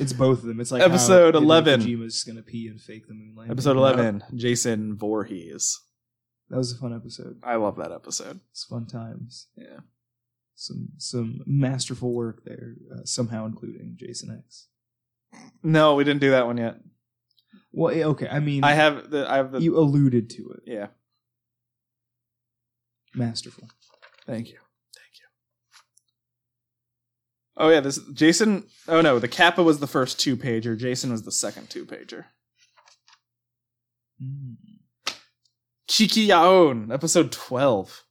[SPEAKER 3] It's both of them. It's like
[SPEAKER 1] Episode
[SPEAKER 3] how Hideo
[SPEAKER 1] 11.
[SPEAKER 3] Kojima's gonna pee and fake the moon landing.
[SPEAKER 1] Episode 11, Jason Voorhees.
[SPEAKER 3] That was a fun episode.
[SPEAKER 1] I love that episode.
[SPEAKER 3] It's fun times.
[SPEAKER 1] Yeah.
[SPEAKER 3] Some some masterful work there, uh, somehow including Jason X.
[SPEAKER 1] No, we didn't do that one yet.
[SPEAKER 3] Well, eh, okay. I mean,
[SPEAKER 1] I have the I have the
[SPEAKER 3] you alluded to it.
[SPEAKER 1] Yeah.
[SPEAKER 3] Masterful.
[SPEAKER 1] Thank you. Thank you. Oh yeah, this Jason oh no, the Kappa was the first two pager. Jason was the second two pager.
[SPEAKER 3] Mm.
[SPEAKER 1] Chiki Yaon, episode twelve.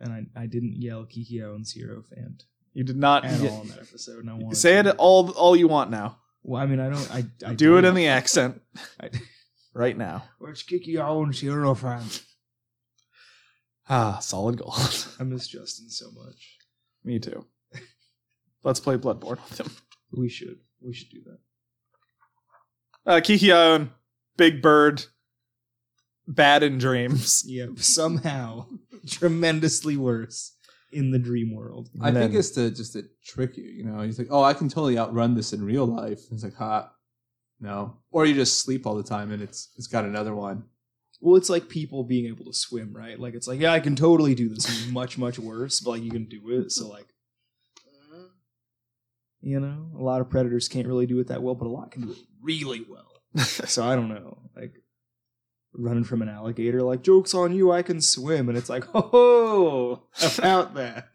[SPEAKER 3] And I, I didn't yell Kiki Owen's hero fan
[SPEAKER 1] You did not
[SPEAKER 3] at
[SPEAKER 1] you-
[SPEAKER 3] all in that episode. And I wanted
[SPEAKER 1] say it
[SPEAKER 3] to.
[SPEAKER 1] all all you want now.
[SPEAKER 3] Well, I mean, I don't. I, I
[SPEAKER 1] do it
[SPEAKER 3] don't.
[SPEAKER 1] in the accent
[SPEAKER 3] I,
[SPEAKER 1] right now.
[SPEAKER 3] where's Kiki Owen's hero fan?
[SPEAKER 1] Ah, solid gold.
[SPEAKER 3] I miss Justin so much.
[SPEAKER 1] Me too. Let's play Bloodborne with him.
[SPEAKER 3] We should. We should do that.
[SPEAKER 1] Uh, Kikion, Big Bird, Bad in Dreams.
[SPEAKER 3] Yep. Somehow, tremendously worse in the dream world.
[SPEAKER 2] I
[SPEAKER 1] And
[SPEAKER 2] think
[SPEAKER 1] then-
[SPEAKER 2] it's to just to trick you, you know. He's like, "Oh, I can totally outrun this in real life." And it's like, "Ha, no." Or you just sleep all the time, and it's it's got another one.
[SPEAKER 3] Well, it's like people being able to swim, right? Like it's like, yeah, I can totally do this. Much, much worse, but like you can do it. So like, you know, a lot of predators can't really do it that well, but a lot can do it really well. So I don't know, like running from an alligator, like jokes on you, I can swim, and it's like, oh, about that.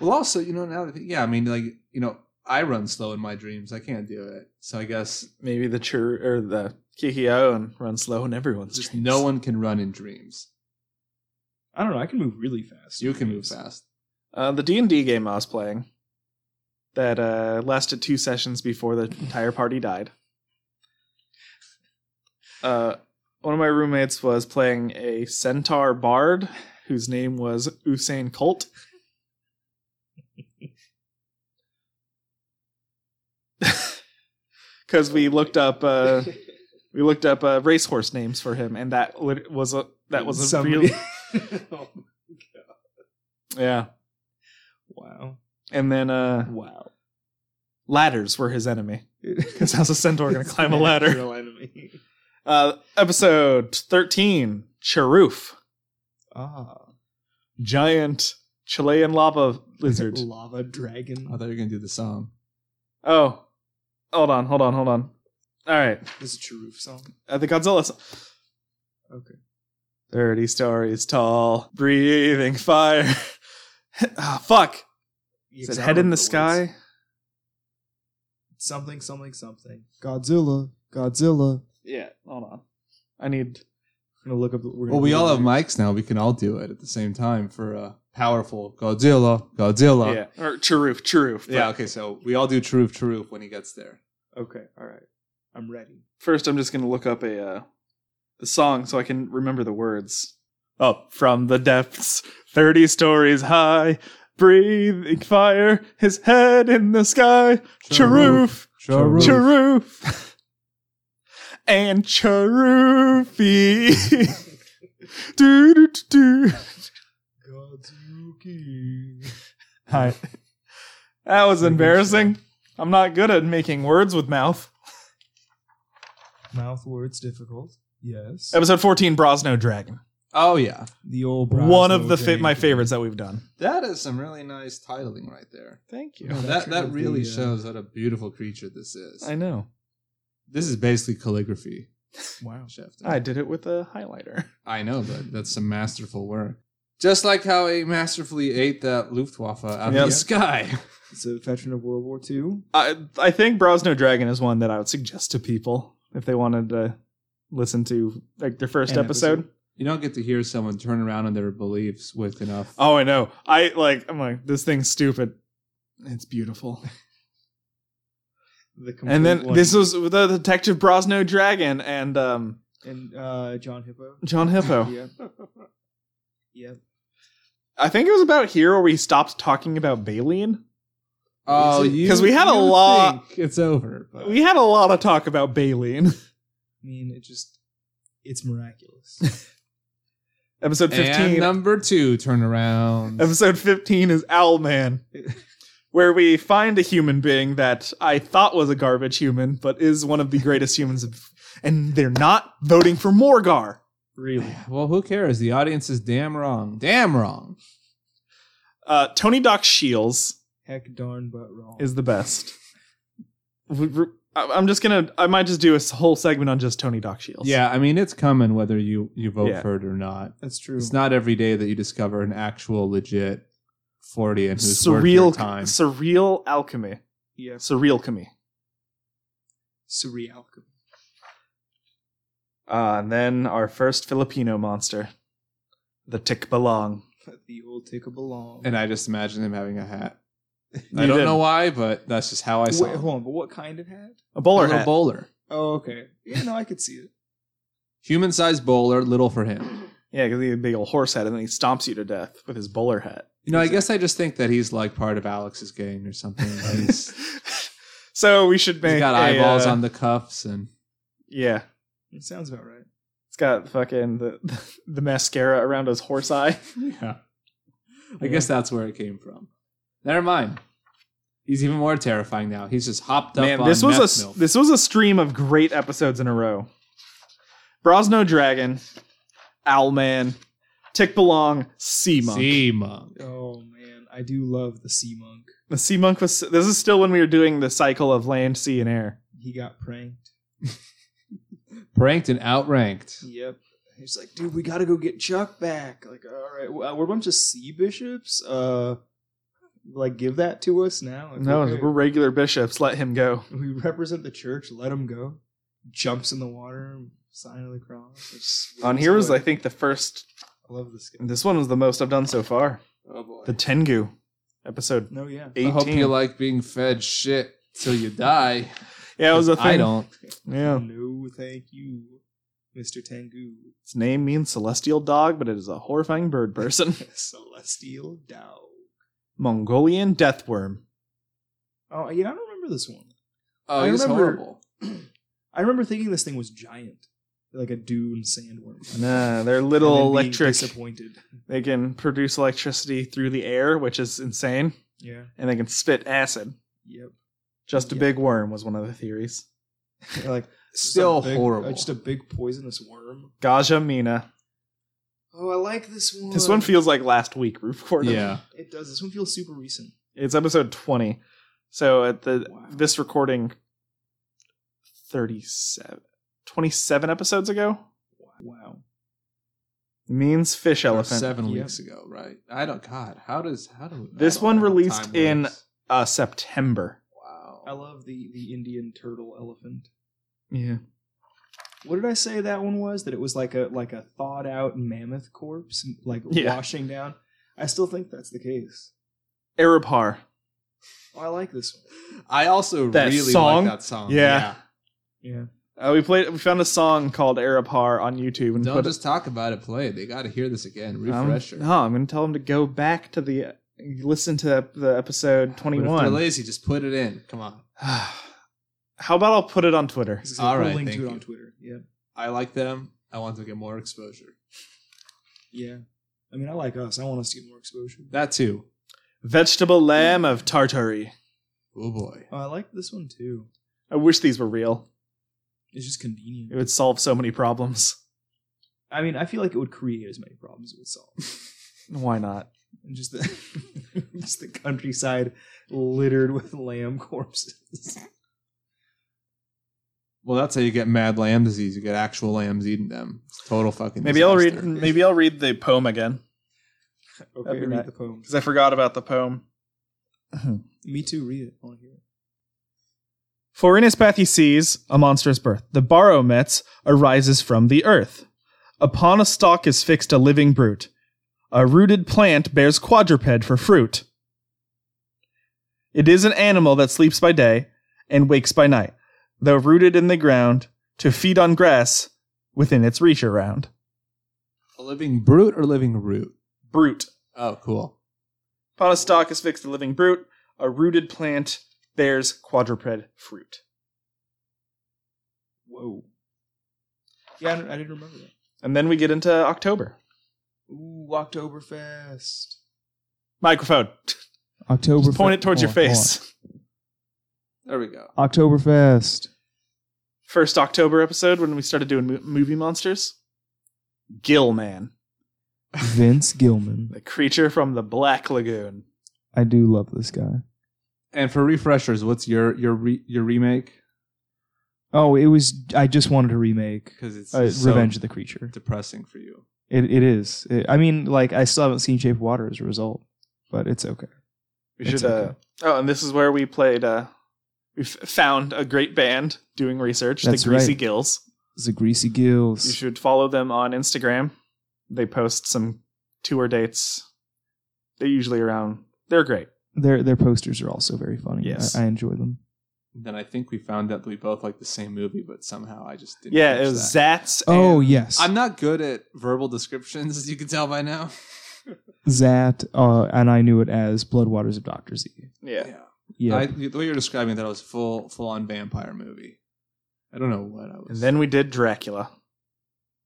[SPEAKER 2] Well, also, you know, now that I think- yeah, I mean, like, you know, I run slow in my dreams. I can't do it. So I guess
[SPEAKER 1] Maybe the chur or the Kikion runs slow in everyone's
[SPEAKER 2] just
[SPEAKER 1] dreams.
[SPEAKER 2] no one can run in dreams.
[SPEAKER 3] I don't know. I can move really fast.
[SPEAKER 2] You can move fast.
[SPEAKER 1] Uh, the D and D game I was playing that uh, lasted two sessions before the entire party died. Uh, one of my roommates was playing a centaur bard whose name was Usain Colt. Because we looked up, uh, we looked up uh, racehorse names for him, and that lit- was a that was a
[SPEAKER 3] Somebody-
[SPEAKER 1] real yeah.
[SPEAKER 3] wow.
[SPEAKER 1] And then uh,
[SPEAKER 3] Wow.
[SPEAKER 1] ladders were his enemy because
[SPEAKER 3] Because
[SPEAKER 1] how's a centaur going to climb a ladder? Uh, episode thirteen: Charoof,
[SPEAKER 3] Ah,
[SPEAKER 1] giant Chilean lava lizard.
[SPEAKER 3] lava dragon.
[SPEAKER 2] I thought you were gonna do the song.
[SPEAKER 1] oh, hold on, hold on, hold on. All right,
[SPEAKER 3] This is a Charoof song.
[SPEAKER 1] uh, the Godzilla. song.
[SPEAKER 3] Okay.
[SPEAKER 1] Thirty stories tall, breathing fire. Ah, fuck! Is it head in the sky?
[SPEAKER 3] Something, something, something. Godzilla, Godzilla.
[SPEAKER 1] Yeah, Hold on. I need.
[SPEAKER 3] I'm gonna look up. We're gonna
[SPEAKER 2] Well, we all have
[SPEAKER 3] Google
[SPEAKER 2] mics now. We can all do it at the same time for a powerful Godzilla, Godzilla.
[SPEAKER 1] Yeah. Or Charoof, Charoof. but
[SPEAKER 2] Yeah, okay, so we all do Truth, Truth when he gets there.
[SPEAKER 3] it. Okay, all right. I'm ready.
[SPEAKER 1] First, I'm just going to look up a uh, the song so I can remember the words. Up from the depths, 30 stories high, breathing fire, his head in the sky. Charoof,
[SPEAKER 2] Charoof.
[SPEAKER 1] Charoof. and Charoofy. do, do, do, do.
[SPEAKER 3] God's Yuki.
[SPEAKER 1] Hi. That was
[SPEAKER 3] Pretty good
[SPEAKER 1] embarrassing. I'm not good at making words with mouth.
[SPEAKER 3] Mouth words difficult. Yes.
[SPEAKER 1] Episode 14, Brosno Dragon.
[SPEAKER 2] Oh, yeah.
[SPEAKER 3] The old
[SPEAKER 1] One of the fa- my favorites that we've done.
[SPEAKER 2] That is some really nice titling right there.
[SPEAKER 1] Thank
[SPEAKER 3] No, that's
[SPEAKER 2] that that
[SPEAKER 3] really
[SPEAKER 2] really
[SPEAKER 3] the, uh,
[SPEAKER 2] shows what a beautiful creature this is.
[SPEAKER 1] I know.
[SPEAKER 2] this is basically calligraphy,
[SPEAKER 3] Wow.
[SPEAKER 2] Shafton.
[SPEAKER 1] I did it with a highlighter.
[SPEAKER 2] I know, but that's some masterful work. Just like how he masterfully ate that Luftwaffe out
[SPEAKER 1] Yep.
[SPEAKER 2] of the sky.
[SPEAKER 3] It's a veteran of World War II.
[SPEAKER 1] I I think Brosno Dragon is one that I would suggest to people if they wanted to listen to like their first
[SPEAKER 3] An
[SPEAKER 1] episode.
[SPEAKER 3] episode.
[SPEAKER 2] You don't get to hear someone turn around on their beliefs with enough.
[SPEAKER 1] Oh, I know. I like. I'm like this thing's stupid. It's beautiful.
[SPEAKER 3] The complete
[SPEAKER 1] And then
[SPEAKER 3] one.
[SPEAKER 1] this was the Detective Brosno Dragon and um,
[SPEAKER 3] and uh, John Hippo.
[SPEAKER 1] John Hippo.
[SPEAKER 3] Yeah. yeah.
[SPEAKER 1] I think it was about here where we stopped talking about Balian.
[SPEAKER 2] Oh,
[SPEAKER 3] Is it-
[SPEAKER 2] you
[SPEAKER 1] 'Cause we had a
[SPEAKER 2] you
[SPEAKER 1] lot-
[SPEAKER 2] think It's over. But
[SPEAKER 1] We had a lot of talk about Balian.
[SPEAKER 3] I mean, it just it's miraculous.
[SPEAKER 1] Episode
[SPEAKER 2] And uh,
[SPEAKER 1] 15.
[SPEAKER 2] number two turnaround.
[SPEAKER 1] Episode 15 is Owlman, where we find a human being that I thought was a garbage human, but is one of the greatest humans. of- and they're not voting for Morgar.
[SPEAKER 3] really.
[SPEAKER 2] Well, who cares? The audience is damn wrong. Damn wrong.
[SPEAKER 1] Uh, Tony Doc Shields
[SPEAKER 3] Heck darn but wrong.
[SPEAKER 1] is the best. We- we- I- I'm just going to, I might just do a s- whole segment on just Tony Doc Shields.
[SPEAKER 2] Yeah, I mean it's coming whether you you vote
[SPEAKER 1] Yeah.
[SPEAKER 2] for it or not.
[SPEAKER 3] That's true.
[SPEAKER 2] It's not every day that you discover an actual legit Fortean who's worth your
[SPEAKER 1] Surreal,
[SPEAKER 2] time.
[SPEAKER 1] surreal alchemy.
[SPEAKER 3] yeah.
[SPEAKER 1] Surreal alchemy.
[SPEAKER 3] Surreal.
[SPEAKER 1] Uh, and then our first Filipino monster, the Tikbalang.
[SPEAKER 3] The old take a belong.
[SPEAKER 2] And I just imagine him having a hat. I
[SPEAKER 1] You
[SPEAKER 2] don't
[SPEAKER 1] did.
[SPEAKER 2] know why, but that's just how I saw
[SPEAKER 3] Wait,
[SPEAKER 2] him.
[SPEAKER 3] hold on, but what kind of hat?
[SPEAKER 1] A
[SPEAKER 2] A
[SPEAKER 1] bowler
[SPEAKER 2] little
[SPEAKER 1] hat.
[SPEAKER 2] bowler.
[SPEAKER 3] Oh, okay. Yeah, no, I could see it.
[SPEAKER 2] Human sized bowler, little for him.
[SPEAKER 1] Yeah, because he had a big old horse head, and then he stomps you to death with his bowler hat.
[SPEAKER 2] You know, I guess I just think that he's like part of Alex's gang or something. He's,
[SPEAKER 1] so we should make
[SPEAKER 2] he's got
[SPEAKER 1] a,
[SPEAKER 2] eyeballs
[SPEAKER 1] uh,
[SPEAKER 2] on the cuffs and
[SPEAKER 1] Yeah,
[SPEAKER 3] It sounds about right.
[SPEAKER 1] it's got fucking the the, mascara around his horse eye.
[SPEAKER 2] Yeah. I guess that's where it came from. Never mind. He's even more terrifying now. He's just hopped up
[SPEAKER 1] Man,
[SPEAKER 2] on
[SPEAKER 1] this was a
[SPEAKER 2] meth
[SPEAKER 1] s-
[SPEAKER 2] milk.
[SPEAKER 1] this was a stream of great episodes in a row. Brosno Dragon, Owlman, Tick Belong, Sea Monk.
[SPEAKER 2] sea monk.
[SPEAKER 3] Oh man, I do love the sea monk.
[SPEAKER 1] The Sea Monk was. This is still when we were doing the cycle of land, sea, and air.
[SPEAKER 3] He got pranked.
[SPEAKER 2] Pranked and outranked.
[SPEAKER 3] Yep. He's like, dude, we gotta go get Chuck back. Like, all right, well, we're a bunch of sea bishops. Uh, like, give that to us now. Like,
[SPEAKER 1] No,
[SPEAKER 3] okay.
[SPEAKER 1] we're regular bishops. Let him go.
[SPEAKER 3] we represent the church. Let him go. Jumps in the water. Sign of the cross. It's-
[SPEAKER 1] On here was I think the first.
[SPEAKER 3] I love this guy.
[SPEAKER 1] This one was the most I've done so far.
[SPEAKER 3] Oh boy.
[SPEAKER 1] The Tengu episode
[SPEAKER 3] no, yeah.
[SPEAKER 1] 18.
[SPEAKER 2] I hope you like being fed shit till you die.
[SPEAKER 1] yeah, it was a
[SPEAKER 2] 'Cause
[SPEAKER 1] thing.
[SPEAKER 2] I don't.
[SPEAKER 1] Yeah.
[SPEAKER 3] No, thank you, Mister Tengu,
[SPEAKER 1] Its name means celestial dog, but it is a horrifying bird person.
[SPEAKER 3] Celestial Dao.
[SPEAKER 1] Mongolian death worm.
[SPEAKER 3] Oh, yeah, I don't remember this one.
[SPEAKER 2] Oh,
[SPEAKER 3] I
[SPEAKER 2] he's
[SPEAKER 3] remember-
[SPEAKER 2] horrible.
[SPEAKER 3] I remember thinking this thing was giant, like a dune sandworm.
[SPEAKER 1] Nah, uh, they're
[SPEAKER 3] And then
[SPEAKER 1] little
[SPEAKER 3] being
[SPEAKER 1] electric.
[SPEAKER 3] Disappointed.
[SPEAKER 1] They can produce electricity through the air, which is insane,
[SPEAKER 3] Yeah.
[SPEAKER 1] and they can spit acid.
[SPEAKER 3] Yep.
[SPEAKER 1] Just a
[SPEAKER 3] Yeah.
[SPEAKER 1] big worm was one of the theories.
[SPEAKER 3] They're like just
[SPEAKER 2] Still
[SPEAKER 3] a big-
[SPEAKER 2] horrible.
[SPEAKER 3] uh, just a big poisonous worm.
[SPEAKER 1] Gaja Mina.
[SPEAKER 3] Oh, I like this one.
[SPEAKER 1] This one feels like last week recorded.
[SPEAKER 2] Yeah.
[SPEAKER 3] It does. This one feels super recent.
[SPEAKER 1] It's episode 20. So at the
[SPEAKER 3] Wow.
[SPEAKER 1] this recording 37 27 episodes ago
[SPEAKER 3] Wow.
[SPEAKER 1] means fish
[SPEAKER 2] Or
[SPEAKER 1] elephant.
[SPEAKER 2] Seven
[SPEAKER 3] Yeah.
[SPEAKER 2] weeks ago, right? I don't. God, how does how do I
[SPEAKER 1] This
[SPEAKER 2] don't
[SPEAKER 1] one
[SPEAKER 2] know how
[SPEAKER 1] released
[SPEAKER 2] time
[SPEAKER 1] in-
[SPEAKER 2] works.
[SPEAKER 1] uh, September.
[SPEAKER 2] Wow.
[SPEAKER 3] I love the the Indian turtle elephant.
[SPEAKER 1] Yeah.
[SPEAKER 3] What did I say that one was? That it was like a like a thawed out mammoth corpse, like
[SPEAKER 1] Yeah.
[SPEAKER 3] washing down. I still think that's the case.
[SPEAKER 1] Arab Har.
[SPEAKER 3] Oh, I like this one.
[SPEAKER 2] I also
[SPEAKER 1] That
[SPEAKER 2] really
[SPEAKER 1] song?
[SPEAKER 2] like that song.
[SPEAKER 1] Yeah.
[SPEAKER 3] Yeah.
[SPEAKER 1] Uh, we played. We found a song called Arab Har on YouTube and
[SPEAKER 2] Don't
[SPEAKER 1] put
[SPEAKER 2] just talk about it. Play. it. They got to hear this again.
[SPEAKER 1] it. Um,
[SPEAKER 2] Refresher.
[SPEAKER 1] no, I'm going to tell them to go back to the listen to the episode
[SPEAKER 2] But If they're
[SPEAKER 1] 21.
[SPEAKER 2] lazy, just put it in. Come on.
[SPEAKER 1] How about I'll put it on Twitter?
[SPEAKER 3] This is
[SPEAKER 2] All
[SPEAKER 3] All right,
[SPEAKER 2] right,
[SPEAKER 3] link to
[SPEAKER 2] thank
[SPEAKER 3] it
[SPEAKER 2] you.
[SPEAKER 3] on Twitter. Yeah.
[SPEAKER 2] I like them. I want to get more exposure.
[SPEAKER 3] Yeah. I mean, I like us. I want us to get more exposure.
[SPEAKER 2] That too.
[SPEAKER 1] Vegetable lamb of Tartary.
[SPEAKER 2] Oh boy.
[SPEAKER 3] Oh, I like this one too.
[SPEAKER 1] I wish these were real.
[SPEAKER 3] It's just convenient.
[SPEAKER 1] It would solve so many problems.
[SPEAKER 3] I mean, I feel like it would create as many problems as it would solve.
[SPEAKER 1] Why not?
[SPEAKER 3] and just the just the countryside littered with lamb corpses.
[SPEAKER 2] Well, that's how you get mad lamb disease. You get actual lambs eating them. It's total fucking.
[SPEAKER 1] Maybe I'll read.
[SPEAKER 2] disaster.
[SPEAKER 1] Maybe I'll read the poem again
[SPEAKER 3] Okay,
[SPEAKER 1] That'd be
[SPEAKER 3] read
[SPEAKER 1] nice.
[SPEAKER 3] the poem.
[SPEAKER 1] because I forgot about the poem.
[SPEAKER 3] Me too. Read it. I want to hear it.
[SPEAKER 1] For in his path he sees a monstrous birth. The Baromets arises from the earth. Upon a stalk is fixed a living brute. A rooted plant bears quadruped for fruit. It is an animal that sleeps by day and wakes by night, though rooted in the ground to feed on grass within its reach around.
[SPEAKER 2] A living brute or living root.
[SPEAKER 1] Brute.
[SPEAKER 2] Oh, cool.
[SPEAKER 1] Upon a stalk is fixed a living brute. A rooted plant bears quadruped fruit.
[SPEAKER 3] Whoa. Yeah, I, don't- I didn't remember that.
[SPEAKER 1] And then we get into October.
[SPEAKER 3] Ooh, Oktoberfest.
[SPEAKER 1] Microphone.
[SPEAKER 3] October.
[SPEAKER 1] Just point it towards your face.
[SPEAKER 2] There we go.
[SPEAKER 3] Oktoberfest.
[SPEAKER 1] first October episode when we started doing mo- movie monsters. Gill Man,
[SPEAKER 3] Vince Gilman.
[SPEAKER 1] the creature from the Black Lagoon.
[SPEAKER 3] I do love this guy.
[SPEAKER 2] And for refreshers, what's your your re, your remake?
[SPEAKER 3] Oh, it was. I just wanted a remake.
[SPEAKER 2] Because it's
[SPEAKER 3] Uh,
[SPEAKER 2] so
[SPEAKER 3] Revenge of the Creature.
[SPEAKER 2] depressing for you.
[SPEAKER 3] It it is. It- I mean, like I still haven't seen Shape of Water as a result, but it's okay.
[SPEAKER 1] We
[SPEAKER 3] It's
[SPEAKER 1] should. Uh,
[SPEAKER 3] okay.
[SPEAKER 1] oh, and this is where we played. Uh, we f- found a great band doing research.
[SPEAKER 3] That's
[SPEAKER 1] the Greasy
[SPEAKER 3] right.
[SPEAKER 1] Gills.
[SPEAKER 3] It's the Greasy
[SPEAKER 1] You
[SPEAKER 3] Gills.
[SPEAKER 1] should follow them on Instagram. They post some tour dates. They're usually around. They're great.
[SPEAKER 3] Their their posters are also very funny.
[SPEAKER 1] Yes.
[SPEAKER 3] I, I enjoy them.
[SPEAKER 2] Then I think we found out that we both like the same movie, but somehow I just didn't.
[SPEAKER 1] Yeah,
[SPEAKER 2] catch
[SPEAKER 1] it was
[SPEAKER 2] that.
[SPEAKER 1] Zats.
[SPEAKER 3] Oh
[SPEAKER 1] and-
[SPEAKER 3] yes,
[SPEAKER 2] I'm not good at verbal descriptions, as you can tell by now.
[SPEAKER 3] Zat, uh, and I knew it as Blood Waters of Doctor Z.
[SPEAKER 1] yeah.
[SPEAKER 3] Yeah,
[SPEAKER 2] I, the way you're describing that, it was full full on vampire movie. I don't know what I was.
[SPEAKER 1] And then we did Dracula.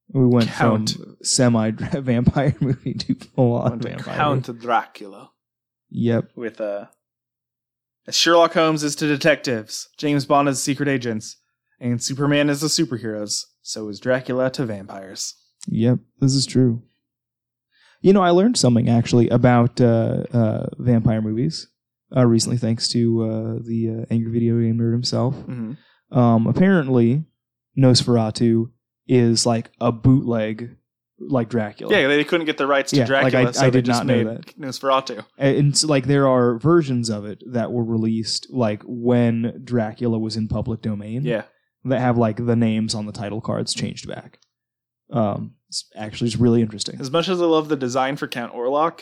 [SPEAKER 3] we went
[SPEAKER 1] Count.
[SPEAKER 3] from semi vampire movie to full on
[SPEAKER 1] Went to
[SPEAKER 3] vampire.
[SPEAKER 1] Count Dracula.
[SPEAKER 3] Yep,
[SPEAKER 1] with uh as Sherlock Holmes is to detectives, James Bond is secret agents, and Superman is to superheroes, so is Dracula to vampires.
[SPEAKER 3] yep. This is true. You know, I learned something actually about uh, uh, vampire movies uh, recently, thanks to uh, the uh, angry video game nerd himself.
[SPEAKER 1] Mm-hmm.
[SPEAKER 3] Um, apparently, Nosferatu is like a bootleg, like Dracula.
[SPEAKER 1] Yeah, they couldn't get the rights to
[SPEAKER 3] Yeah, like,
[SPEAKER 1] Dracula,
[SPEAKER 3] I-
[SPEAKER 1] so
[SPEAKER 3] I
[SPEAKER 1] they
[SPEAKER 3] did
[SPEAKER 1] just
[SPEAKER 3] not know
[SPEAKER 1] made
[SPEAKER 3] that. Mm-hmm.
[SPEAKER 1] Nosferatu.
[SPEAKER 3] and so, like there are versions of it that were released like when Dracula was in public domain.
[SPEAKER 1] Yeah,
[SPEAKER 3] that have like the names on the title cards changed back. Um, it's actually just really interesting.
[SPEAKER 1] as much as I love the design for Count Orlok,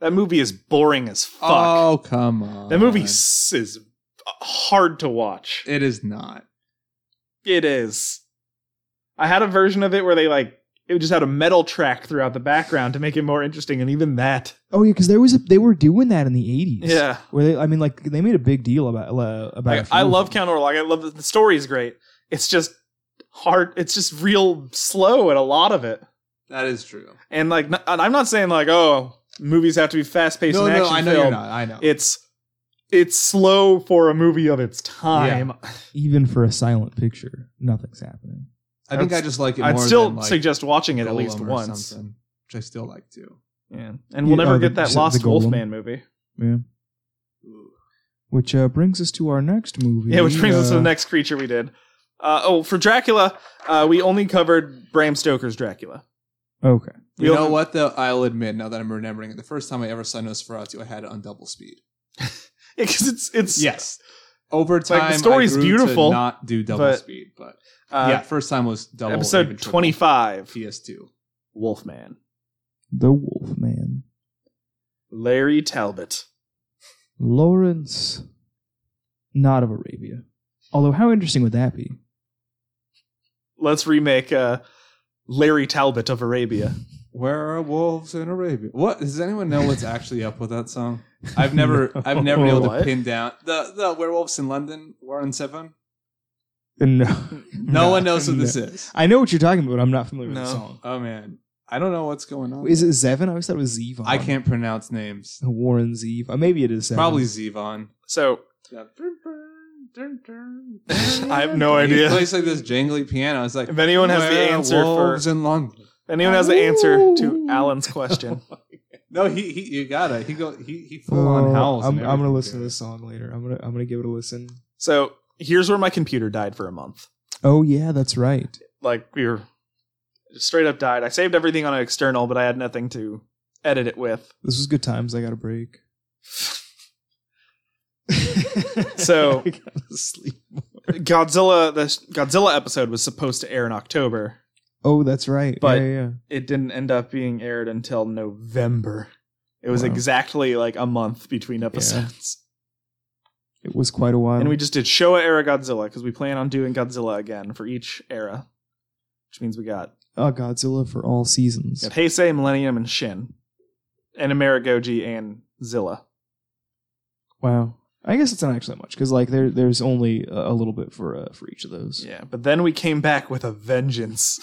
[SPEAKER 1] that movie is boring as fuck.
[SPEAKER 2] oh come on,
[SPEAKER 1] that movie s- is hard to watch.
[SPEAKER 2] It is not.
[SPEAKER 1] It is. I had a version of it where they like it just had a metal track throughout the background to make it more interesting, and even that.
[SPEAKER 3] Oh yeah, because there was a, they were doing that in the eighties.
[SPEAKER 1] Yeah.
[SPEAKER 3] where they I mean like they made a big deal about uh, about. a
[SPEAKER 1] Like,
[SPEAKER 3] few
[SPEAKER 1] I
[SPEAKER 3] of
[SPEAKER 1] love
[SPEAKER 3] them.
[SPEAKER 1] Count Orlok. I love that the story is great. It's just hard. It's just real slow at a lot of it.
[SPEAKER 2] That is true.
[SPEAKER 1] And like, n- and I'm not saying like, oh, movies have to be fast paced.
[SPEAKER 2] no,
[SPEAKER 1] and
[SPEAKER 2] no,
[SPEAKER 1] action
[SPEAKER 2] I know
[SPEAKER 1] film.
[SPEAKER 2] you're not. I know.
[SPEAKER 1] It's it's slow for a movie of its time.
[SPEAKER 3] even for a silent picture, nothing's happening.
[SPEAKER 2] I think
[SPEAKER 1] I'd-
[SPEAKER 2] I just like it more
[SPEAKER 1] I'd still
[SPEAKER 2] than, like,
[SPEAKER 1] suggest watching it at
[SPEAKER 2] Golem
[SPEAKER 1] least
[SPEAKER 2] or
[SPEAKER 1] once.
[SPEAKER 2] something, which I still like to.
[SPEAKER 1] Yeah. And we'll
[SPEAKER 3] Yeah,
[SPEAKER 1] never
[SPEAKER 3] oh,
[SPEAKER 1] get
[SPEAKER 3] the-
[SPEAKER 1] that
[SPEAKER 3] the
[SPEAKER 1] Lost
[SPEAKER 3] Golem.
[SPEAKER 1] Wolfman movie.
[SPEAKER 3] Yeah, which uh, brings us to our next movie.
[SPEAKER 1] Yeah, which brings us to the
[SPEAKER 3] uh,
[SPEAKER 1] next creature we did. Uh, oh, for Dracula, uh, we only covered Bram Stoker's Dracula.
[SPEAKER 3] Okay,
[SPEAKER 1] We
[SPEAKER 2] You know
[SPEAKER 1] only-
[SPEAKER 2] what though? I'll admit now that I'm remembering it. The first time I ever saw Nosferatu, I had it on double speed.
[SPEAKER 1] Because it's it's
[SPEAKER 2] over time, I
[SPEAKER 1] story's
[SPEAKER 2] grew to
[SPEAKER 1] beautiful,
[SPEAKER 2] not do double
[SPEAKER 1] but,
[SPEAKER 2] speed, but
[SPEAKER 1] Uh,
[SPEAKER 2] yeah, first time was double. even
[SPEAKER 1] episode
[SPEAKER 2] triple.
[SPEAKER 1] 25
[SPEAKER 2] PS2.
[SPEAKER 1] Wolfman.
[SPEAKER 3] The Wolfman.
[SPEAKER 1] Larry Talbot.
[SPEAKER 3] Lawrence. Not of Arabia. Although, how interesting would that be?
[SPEAKER 1] Let's remake uh, Larry Talbot of Arabia.
[SPEAKER 2] Where are wolves in Arabia? What does anyone know what's actually up with that song? I've never, I've never been able to
[SPEAKER 1] What?
[SPEAKER 2] pin down the the werewolves in London. Warren Seven.
[SPEAKER 3] No.
[SPEAKER 2] No, one knows what this is.
[SPEAKER 3] I know what you're talking about. I'm not familiar with the
[SPEAKER 1] No.
[SPEAKER 3] song.
[SPEAKER 2] Oh man, I don't know what's going on.
[SPEAKER 3] Is it Zevon? I always thought it was Zevon.
[SPEAKER 2] I can't pronounce names.
[SPEAKER 3] Warren Zevon. Uh, Maybe it is Zevon.
[SPEAKER 2] Probably Zevon.
[SPEAKER 1] So I
[SPEAKER 2] I
[SPEAKER 1] have no
[SPEAKER 2] He
[SPEAKER 1] idea.
[SPEAKER 2] plays like this jangly piano. It's like
[SPEAKER 1] If anyone has the answer for
[SPEAKER 2] werewolves in London.
[SPEAKER 1] if anyone has the answer to Alan's question,
[SPEAKER 2] No, he, he you gotta. He go. He he full on
[SPEAKER 3] Oh,
[SPEAKER 2] howls.
[SPEAKER 3] I'm,
[SPEAKER 2] and
[SPEAKER 3] I'm gonna
[SPEAKER 2] everything,
[SPEAKER 3] listen to
[SPEAKER 2] dude.
[SPEAKER 3] this song later. I'm gonna I'm gonna give it a listen.
[SPEAKER 1] so here's where my computer died for a month.
[SPEAKER 3] Oh yeah, that's right.
[SPEAKER 1] Like we were straight up died. I saved everything on an external, but I had nothing to edit it with.
[SPEAKER 3] This was good times. I got a break.
[SPEAKER 1] So-
[SPEAKER 3] I gotta sleep.
[SPEAKER 1] Godzilla the Godzilla episode was supposed to air in October.
[SPEAKER 3] Oh, that's right.
[SPEAKER 1] But-
[SPEAKER 3] yeah, yeah, yeah.
[SPEAKER 1] It didn't end up being aired until November. It was
[SPEAKER 3] Wow.
[SPEAKER 1] exactly like a month between episodes.
[SPEAKER 3] it was quite a while.
[SPEAKER 1] And we just did Showa era Godzilla because we plan on doing Godzilla again for each era, which means we got
[SPEAKER 3] oh, Godzilla for all seasons.
[SPEAKER 1] got Heisei, Millennium, and Shin, and Amerigoji and Zilla.
[SPEAKER 3] Wow. I guess it's not actually that much because like there there's only a, a little bit for uh, for each of those.
[SPEAKER 1] Yeah, but then we came back with a vengeance.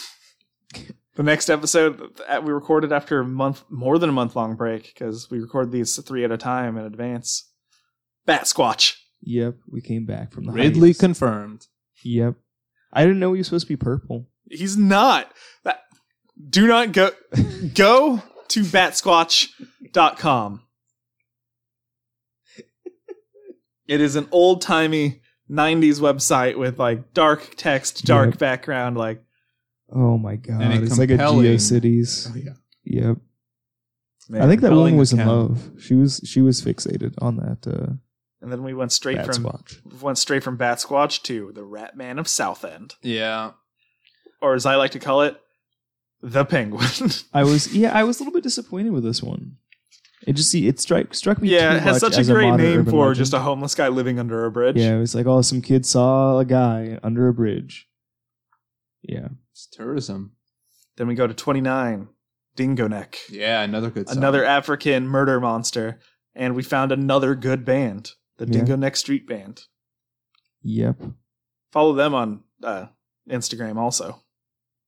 [SPEAKER 1] the next episode that we recorded after a month, more than a month long break because we record these three at a time in advance. Bat Squatch.
[SPEAKER 3] Yep. We came back from the
[SPEAKER 2] Ridley
[SPEAKER 3] hiatus.
[SPEAKER 2] confirmed.
[SPEAKER 3] Yep. I didn't know he was supposed to be purple.
[SPEAKER 1] He's not. That, do not go. Go to batsquatch.com. It is an old timey 90s website with like dark text, dark
[SPEAKER 3] Yep.
[SPEAKER 1] background. Like,
[SPEAKER 3] Oh my god!
[SPEAKER 2] a
[SPEAKER 3] It's like a
[SPEAKER 2] compelling-
[SPEAKER 3] GeoCities.
[SPEAKER 2] yeah.
[SPEAKER 3] Yep. I think that
[SPEAKER 2] compelling
[SPEAKER 3] woman was in
[SPEAKER 2] account.
[SPEAKER 3] love. She was she was fixated on that uh,
[SPEAKER 1] And then we went straight
[SPEAKER 3] bat
[SPEAKER 1] from
[SPEAKER 3] swatch.
[SPEAKER 1] went straight from Bat Squatch to the Rat Man of Southend,
[SPEAKER 2] Yeah.
[SPEAKER 1] or as I like to call it, the Penguin.
[SPEAKER 3] I was yeah, I was a little bit disappointed with this one. It just see it struck struck me.
[SPEAKER 1] yeah,
[SPEAKER 3] too
[SPEAKER 1] it has
[SPEAKER 3] much
[SPEAKER 1] such a
[SPEAKER 3] as
[SPEAKER 1] great
[SPEAKER 3] modern
[SPEAKER 1] name
[SPEAKER 3] urban
[SPEAKER 1] for
[SPEAKER 3] legend.
[SPEAKER 1] just a homeless guy living under a bridge.
[SPEAKER 3] yeah. It was like oh, some kid saw a guy under a bridge. Yeah,
[SPEAKER 2] It's tourism.
[SPEAKER 1] Then we go to 29, Dingo Neck.
[SPEAKER 2] Yeah, another good song.
[SPEAKER 1] another African murder monster, and we found another good band, the
[SPEAKER 3] Yeah.
[SPEAKER 1] Dingo Neck Street Band.
[SPEAKER 3] yep.
[SPEAKER 1] Follow them on uh, Instagram also.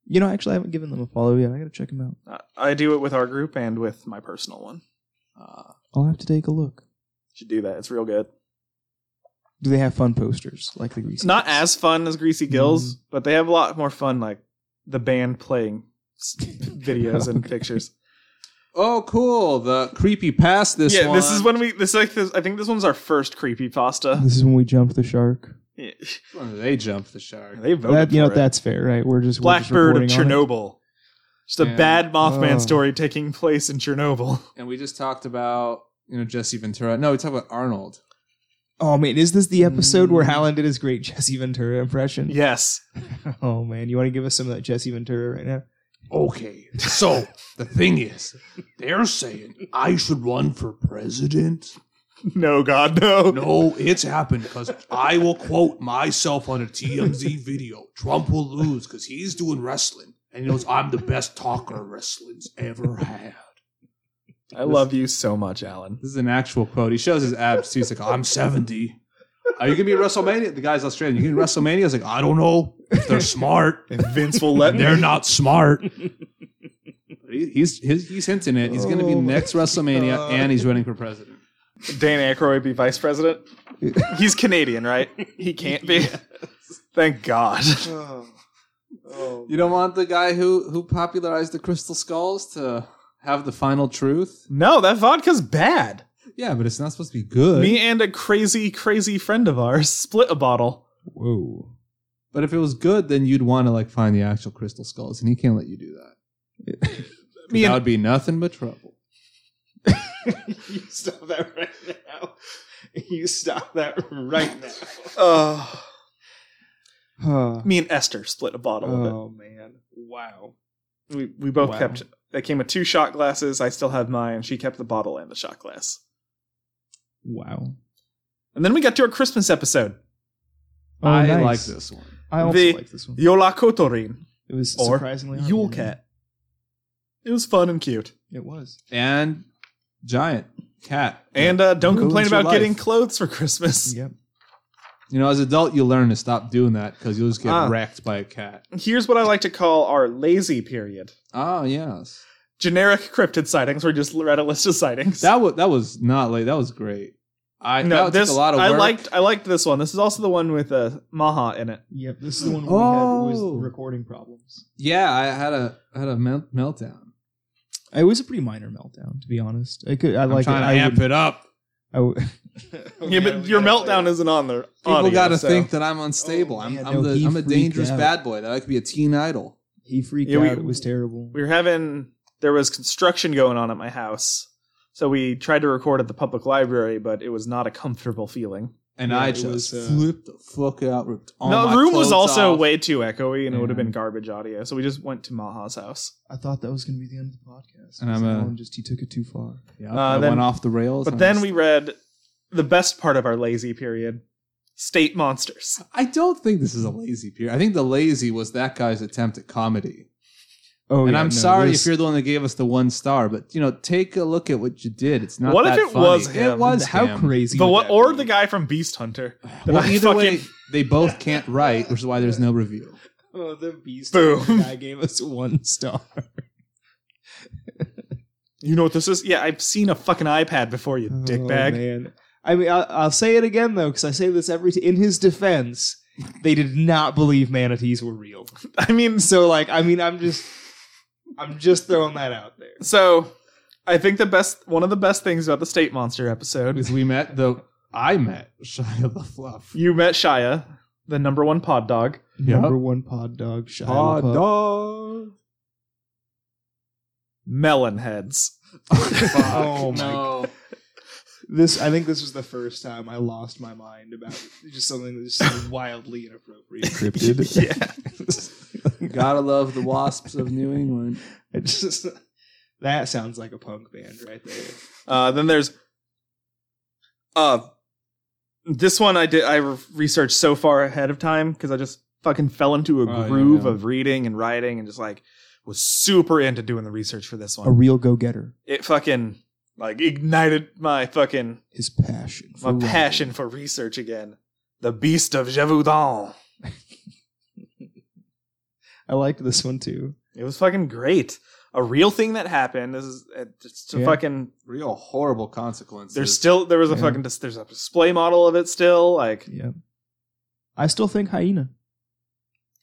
[SPEAKER 3] You know, actually, I haven't given them a follow yet. I gotta check them out.
[SPEAKER 1] Uh, I do it with our group and with my personal one.
[SPEAKER 2] Uh,
[SPEAKER 3] I'll have to take a look.
[SPEAKER 1] Should do that. It's real good.
[SPEAKER 3] Do they have fun posters like the
[SPEAKER 1] It's not as fun as Greasy Gills, but they have a lot more fun, like the band playing s- videos and
[SPEAKER 3] Okay.
[SPEAKER 1] pictures.
[SPEAKER 2] oh, cool. The creepy past this
[SPEAKER 1] yeah,
[SPEAKER 2] one.
[SPEAKER 1] this is when we. This like this, I think this one's our first creepy pasta.
[SPEAKER 3] This is when we jumped the shark.
[SPEAKER 1] Yeah.
[SPEAKER 2] When Oh, they jumped the shark.
[SPEAKER 1] they voted.
[SPEAKER 3] That, you know
[SPEAKER 1] for it.
[SPEAKER 3] that's fair, right? We're just we're just
[SPEAKER 1] Blackbird of
[SPEAKER 3] reporting on it.
[SPEAKER 1] Chernobyl. Just a
[SPEAKER 2] Yeah.
[SPEAKER 1] bad Mothman
[SPEAKER 3] Oh.
[SPEAKER 1] story taking place in Chernobyl.
[SPEAKER 2] And we just talked about you know Jesse Ventura. No, we talked about Arnold.
[SPEAKER 3] Oh man, is this the episode where
[SPEAKER 1] Mm.
[SPEAKER 3] Howland did his great Jesse Ventura impression?
[SPEAKER 1] Yes.
[SPEAKER 3] Oh man, you want to give us some of that Jesse Ventura right now?
[SPEAKER 4] Okay, so the thing is, they're saying I should run for president.
[SPEAKER 1] No, God, no.
[SPEAKER 4] No, it's happened because I will quote myself on a TMZ video. Trump will lose because he's doing wrestling and he knows I'm the best talker wrestling's ever had.
[SPEAKER 1] I love you so much, Alan.
[SPEAKER 2] This is an actual quote. He shows his abs too. He's like,
[SPEAKER 4] I'm 70.
[SPEAKER 2] "Are you gonna be at WrestleMania?" The guy's Australian. You gonna be at WrestleMania? He's like, "I
[SPEAKER 4] I
[SPEAKER 2] don't."
[SPEAKER 4] don't know if they're smart.
[SPEAKER 1] If Vince will let
[SPEAKER 4] They're not smart.
[SPEAKER 2] He- He's he's, he's hinting it. He's gonna be
[SPEAKER 3] Oh my
[SPEAKER 2] next WrestleMania,
[SPEAKER 3] God.
[SPEAKER 2] and he's running for president.
[SPEAKER 1] Dan Aykroyd be vice president, he's Canadian, right? He can't be. Thank God.
[SPEAKER 3] Oh, oh.
[SPEAKER 2] You don't want the guy who who popularized the crystal skulls to have the final truth.
[SPEAKER 1] No, that vodka's bad.
[SPEAKER 2] Yeah, but it's not supposed to be good.
[SPEAKER 1] Me and a crazy, crazy friend of ours split a bottle.
[SPEAKER 3] Whoa.
[SPEAKER 2] but if it was good, then you'd want to like find the actual crystal skulls, and he can't let you do that.
[SPEAKER 1] Me
[SPEAKER 2] that
[SPEAKER 1] and
[SPEAKER 2] would be nothing but trouble.
[SPEAKER 3] you stop that right now.
[SPEAKER 5] You stop that right now.
[SPEAKER 1] Uh,
[SPEAKER 3] Huh.
[SPEAKER 1] me and Esther split a bottle of it.
[SPEAKER 5] Oh man! Wow.
[SPEAKER 1] We we both
[SPEAKER 3] Wow.
[SPEAKER 1] kept. That came with two shot glasses. I still have mine. She kept the bottle and the shot glass.
[SPEAKER 3] Wow.
[SPEAKER 1] And then we got to our Christmas episode,
[SPEAKER 3] Oh,
[SPEAKER 2] I
[SPEAKER 3] nice.
[SPEAKER 2] like this one.
[SPEAKER 3] I also
[SPEAKER 1] The-
[SPEAKER 3] like this one.
[SPEAKER 1] Yola Kotorin
[SPEAKER 3] It was
[SPEAKER 1] or
[SPEAKER 3] surprisingly hard.
[SPEAKER 1] Yule Cat. It was fun and cute.
[SPEAKER 3] It was.
[SPEAKER 2] And giant cat.
[SPEAKER 1] And uh, don't
[SPEAKER 2] Ruins
[SPEAKER 1] complain
[SPEAKER 2] your
[SPEAKER 1] about
[SPEAKER 2] life.
[SPEAKER 1] getting clothes for Christmas.
[SPEAKER 3] Yep.
[SPEAKER 2] you know, as an adult, you learn to stop doing that because you'll just get
[SPEAKER 1] Ah.
[SPEAKER 2] wrecked by a cat.
[SPEAKER 1] Here's what I like to call our lazy period.
[SPEAKER 2] Oh yes,
[SPEAKER 1] Generic cryptid sightings. We just read a list of sightings.
[SPEAKER 2] that was that was not late. That was great. I
[SPEAKER 1] no,
[SPEAKER 2] that took
[SPEAKER 1] this
[SPEAKER 2] a lot of
[SPEAKER 1] I
[SPEAKER 2] work.
[SPEAKER 1] liked. I liked this one. This is also the one with uh, Maha in it.
[SPEAKER 5] Yep. This is the one where we had it
[SPEAKER 2] Oh.
[SPEAKER 5] was recording problems.
[SPEAKER 2] yeah, I had a I had a melt, meltdown.
[SPEAKER 3] It was a pretty minor meltdown, to be honest. I could. I
[SPEAKER 2] I'm
[SPEAKER 3] like.
[SPEAKER 2] trying
[SPEAKER 3] it.
[SPEAKER 2] to
[SPEAKER 3] I
[SPEAKER 2] amp
[SPEAKER 3] would-
[SPEAKER 2] it up.
[SPEAKER 3] I would-
[SPEAKER 1] yeah, but your meltdown isn't on there.
[SPEAKER 2] People got to
[SPEAKER 1] so.
[SPEAKER 2] think that I'm unstable. I'm,
[SPEAKER 3] man,
[SPEAKER 2] I'm
[SPEAKER 3] no,
[SPEAKER 2] the
[SPEAKER 3] he
[SPEAKER 2] I'm a
[SPEAKER 3] freaked
[SPEAKER 2] dangerous
[SPEAKER 3] out.
[SPEAKER 2] bad boy. That I could be a teen idol.
[SPEAKER 3] he freaked
[SPEAKER 1] Yeah, we-
[SPEAKER 3] out. it was terrible.
[SPEAKER 1] we were having there was construction going on at my house, so we tried to record at the public library, but it was not a comfortable feeling.
[SPEAKER 2] And
[SPEAKER 5] Yeah,
[SPEAKER 2] I
[SPEAKER 5] it
[SPEAKER 2] just
[SPEAKER 5] was, uh,
[SPEAKER 2] flipped the fuck out. Ripped all
[SPEAKER 1] no,
[SPEAKER 2] my
[SPEAKER 1] the room was
[SPEAKER 2] clothes
[SPEAKER 1] also
[SPEAKER 2] off.
[SPEAKER 1] way too echoey, and it would have
[SPEAKER 3] Yeah.
[SPEAKER 1] been garbage audio. So we just went to Maha's house.
[SPEAKER 3] I thought that was going to be the end of the podcast.
[SPEAKER 2] And I'm a-
[SPEAKER 3] Alan just he took it too far.
[SPEAKER 2] Yeah,
[SPEAKER 1] Uh,
[SPEAKER 2] I
[SPEAKER 1] then-
[SPEAKER 2] went off the rails.
[SPEAKER 1] But
[SPEAKER 2] and I
[SPEAKER 1] then
[SPEAKER 2] was-
[SPEAKER 1] we read the best part of our lazy period: state monsters.
[SPEAKER 2] I don't think this is a lazy period. I think the lazy was that guy's attempt at comedy.
[SPEAKER 3] Oh,
[SPEAKER 2] and
[SPEAKER 3] yeah,
[SPEAKER 2] I'm
[SPEAKER 3] no,
[SPEAKER 2] sorry
[SPEAKER 3] this-
[SPEAKER 2] if you're the one that gave us the one star, but you know, take a look at what you did. It's not.
[SPEAKER 1] What if
[SPEAKER 2] that
[SPEAKER 1] it
[SPEAKER 2] funny.
[SPEAKER 1] was him?
[SPEAKER 2] It was
[SPEAKER 3] how
[SPEAKER 2] him.
[SPEAKER 3] crazy.
[SPEAKER 1] But
[SPEAKER 3] would
[SPEAKER 1] what,
[SPEAKER 3] that
[SPEAKER 1] or
[SPEAKER 3] be?
[SPEAKER 1] the guy from Beast Hunter?
[SPEAKER 2] Well,
[SPEAKER 1] I
[SPEAKER 2] either way,
[SPEAKER 1] fucking-
[SPEAKER 2] they both can't write, which is why there's no review.
[SPEAKER 5] Oh, the beast.
[SPEAKER 1] Boom.
[SPEAKER 3] guy gave us one star.
[SPEAKER 1] You know what this is? Yeah, I've seen a fucking iPad before, you
[SPEAKER 3] Oh,
[SPEAKER 1] dickbag.
[SPEAKER 3] man. I mean, I'll, I'll say it again though, because I say this every. T- in his defense, they did not believe manatees were real.
[SPEAKER 1] I mean,
[SPEAKER 3] So, like, I mean, I'm just, I'm just throwing that out there.
[SPEAKER 1] so I think the best, one of the best things about the state monster episode
[SPEAKER 2] Because we met the I met Shia the Fluff.
[SPEAKER 1] you met Shia, the number one pod dog.
[SPEAKER 3] Number one pod dog, Shia
[SPEAKER 2] Pod
[SPEAKER 3] LaBeouf.
[SPEAKER 2] dog.
[SPEAKER 1] melon heads.
[SPEAKER 3] Oh, my
[SPEAKER 2] no.
[SPEAKER 3] This, I think, this was the first time I lost my mind about just something that just seemed wildly inappropriate. Cryptid.
[SPEAKER 1] Yeah.
[SPEAKER 2] Gotta love the wasps of New England.
[SPEAKER 3] It just that sounds like a punk band right there.
[SPEAKER 1] Uh, then there's uh this one I did I researched so far ahead of time because I just fucking fell into a
[SPEAKER 2] Oh, yeah,
[SPEAKER 1] groove
[SPEAKER 2] yeah.
[SPEAKER 1] of reading and writing and just like was super into doing the research for this
[SPEAKER 3] A
[SPEAKER 1] one.
[SPEAKER 3] real go-getter.
[SPEAKER 1] it fucking like ignited my fucking
[SPEAKER 3] His passion.
[SPEAKER 1] my
[SPEAKER 3] for writing.
[SPEAKER 1] passion for research again. The Beast of Javoudan.
[SPEAKER 3] I liked this one too.
[SPEAKER 1] It was fucking great. A real thing that happened. This is uh, just a
[SPEAKER 3] Yeah.
[SPEAKER 1] fucking
[SPEAKER 2] Real horrible consequences.
[SPEAKER 1] There's still there was a
[SPEAKER 3] Yeah.
[SPEAKER 1] fucking dis- there's a display model of it still. Like
[SPEAKER 3] Yeah. I still think hyena.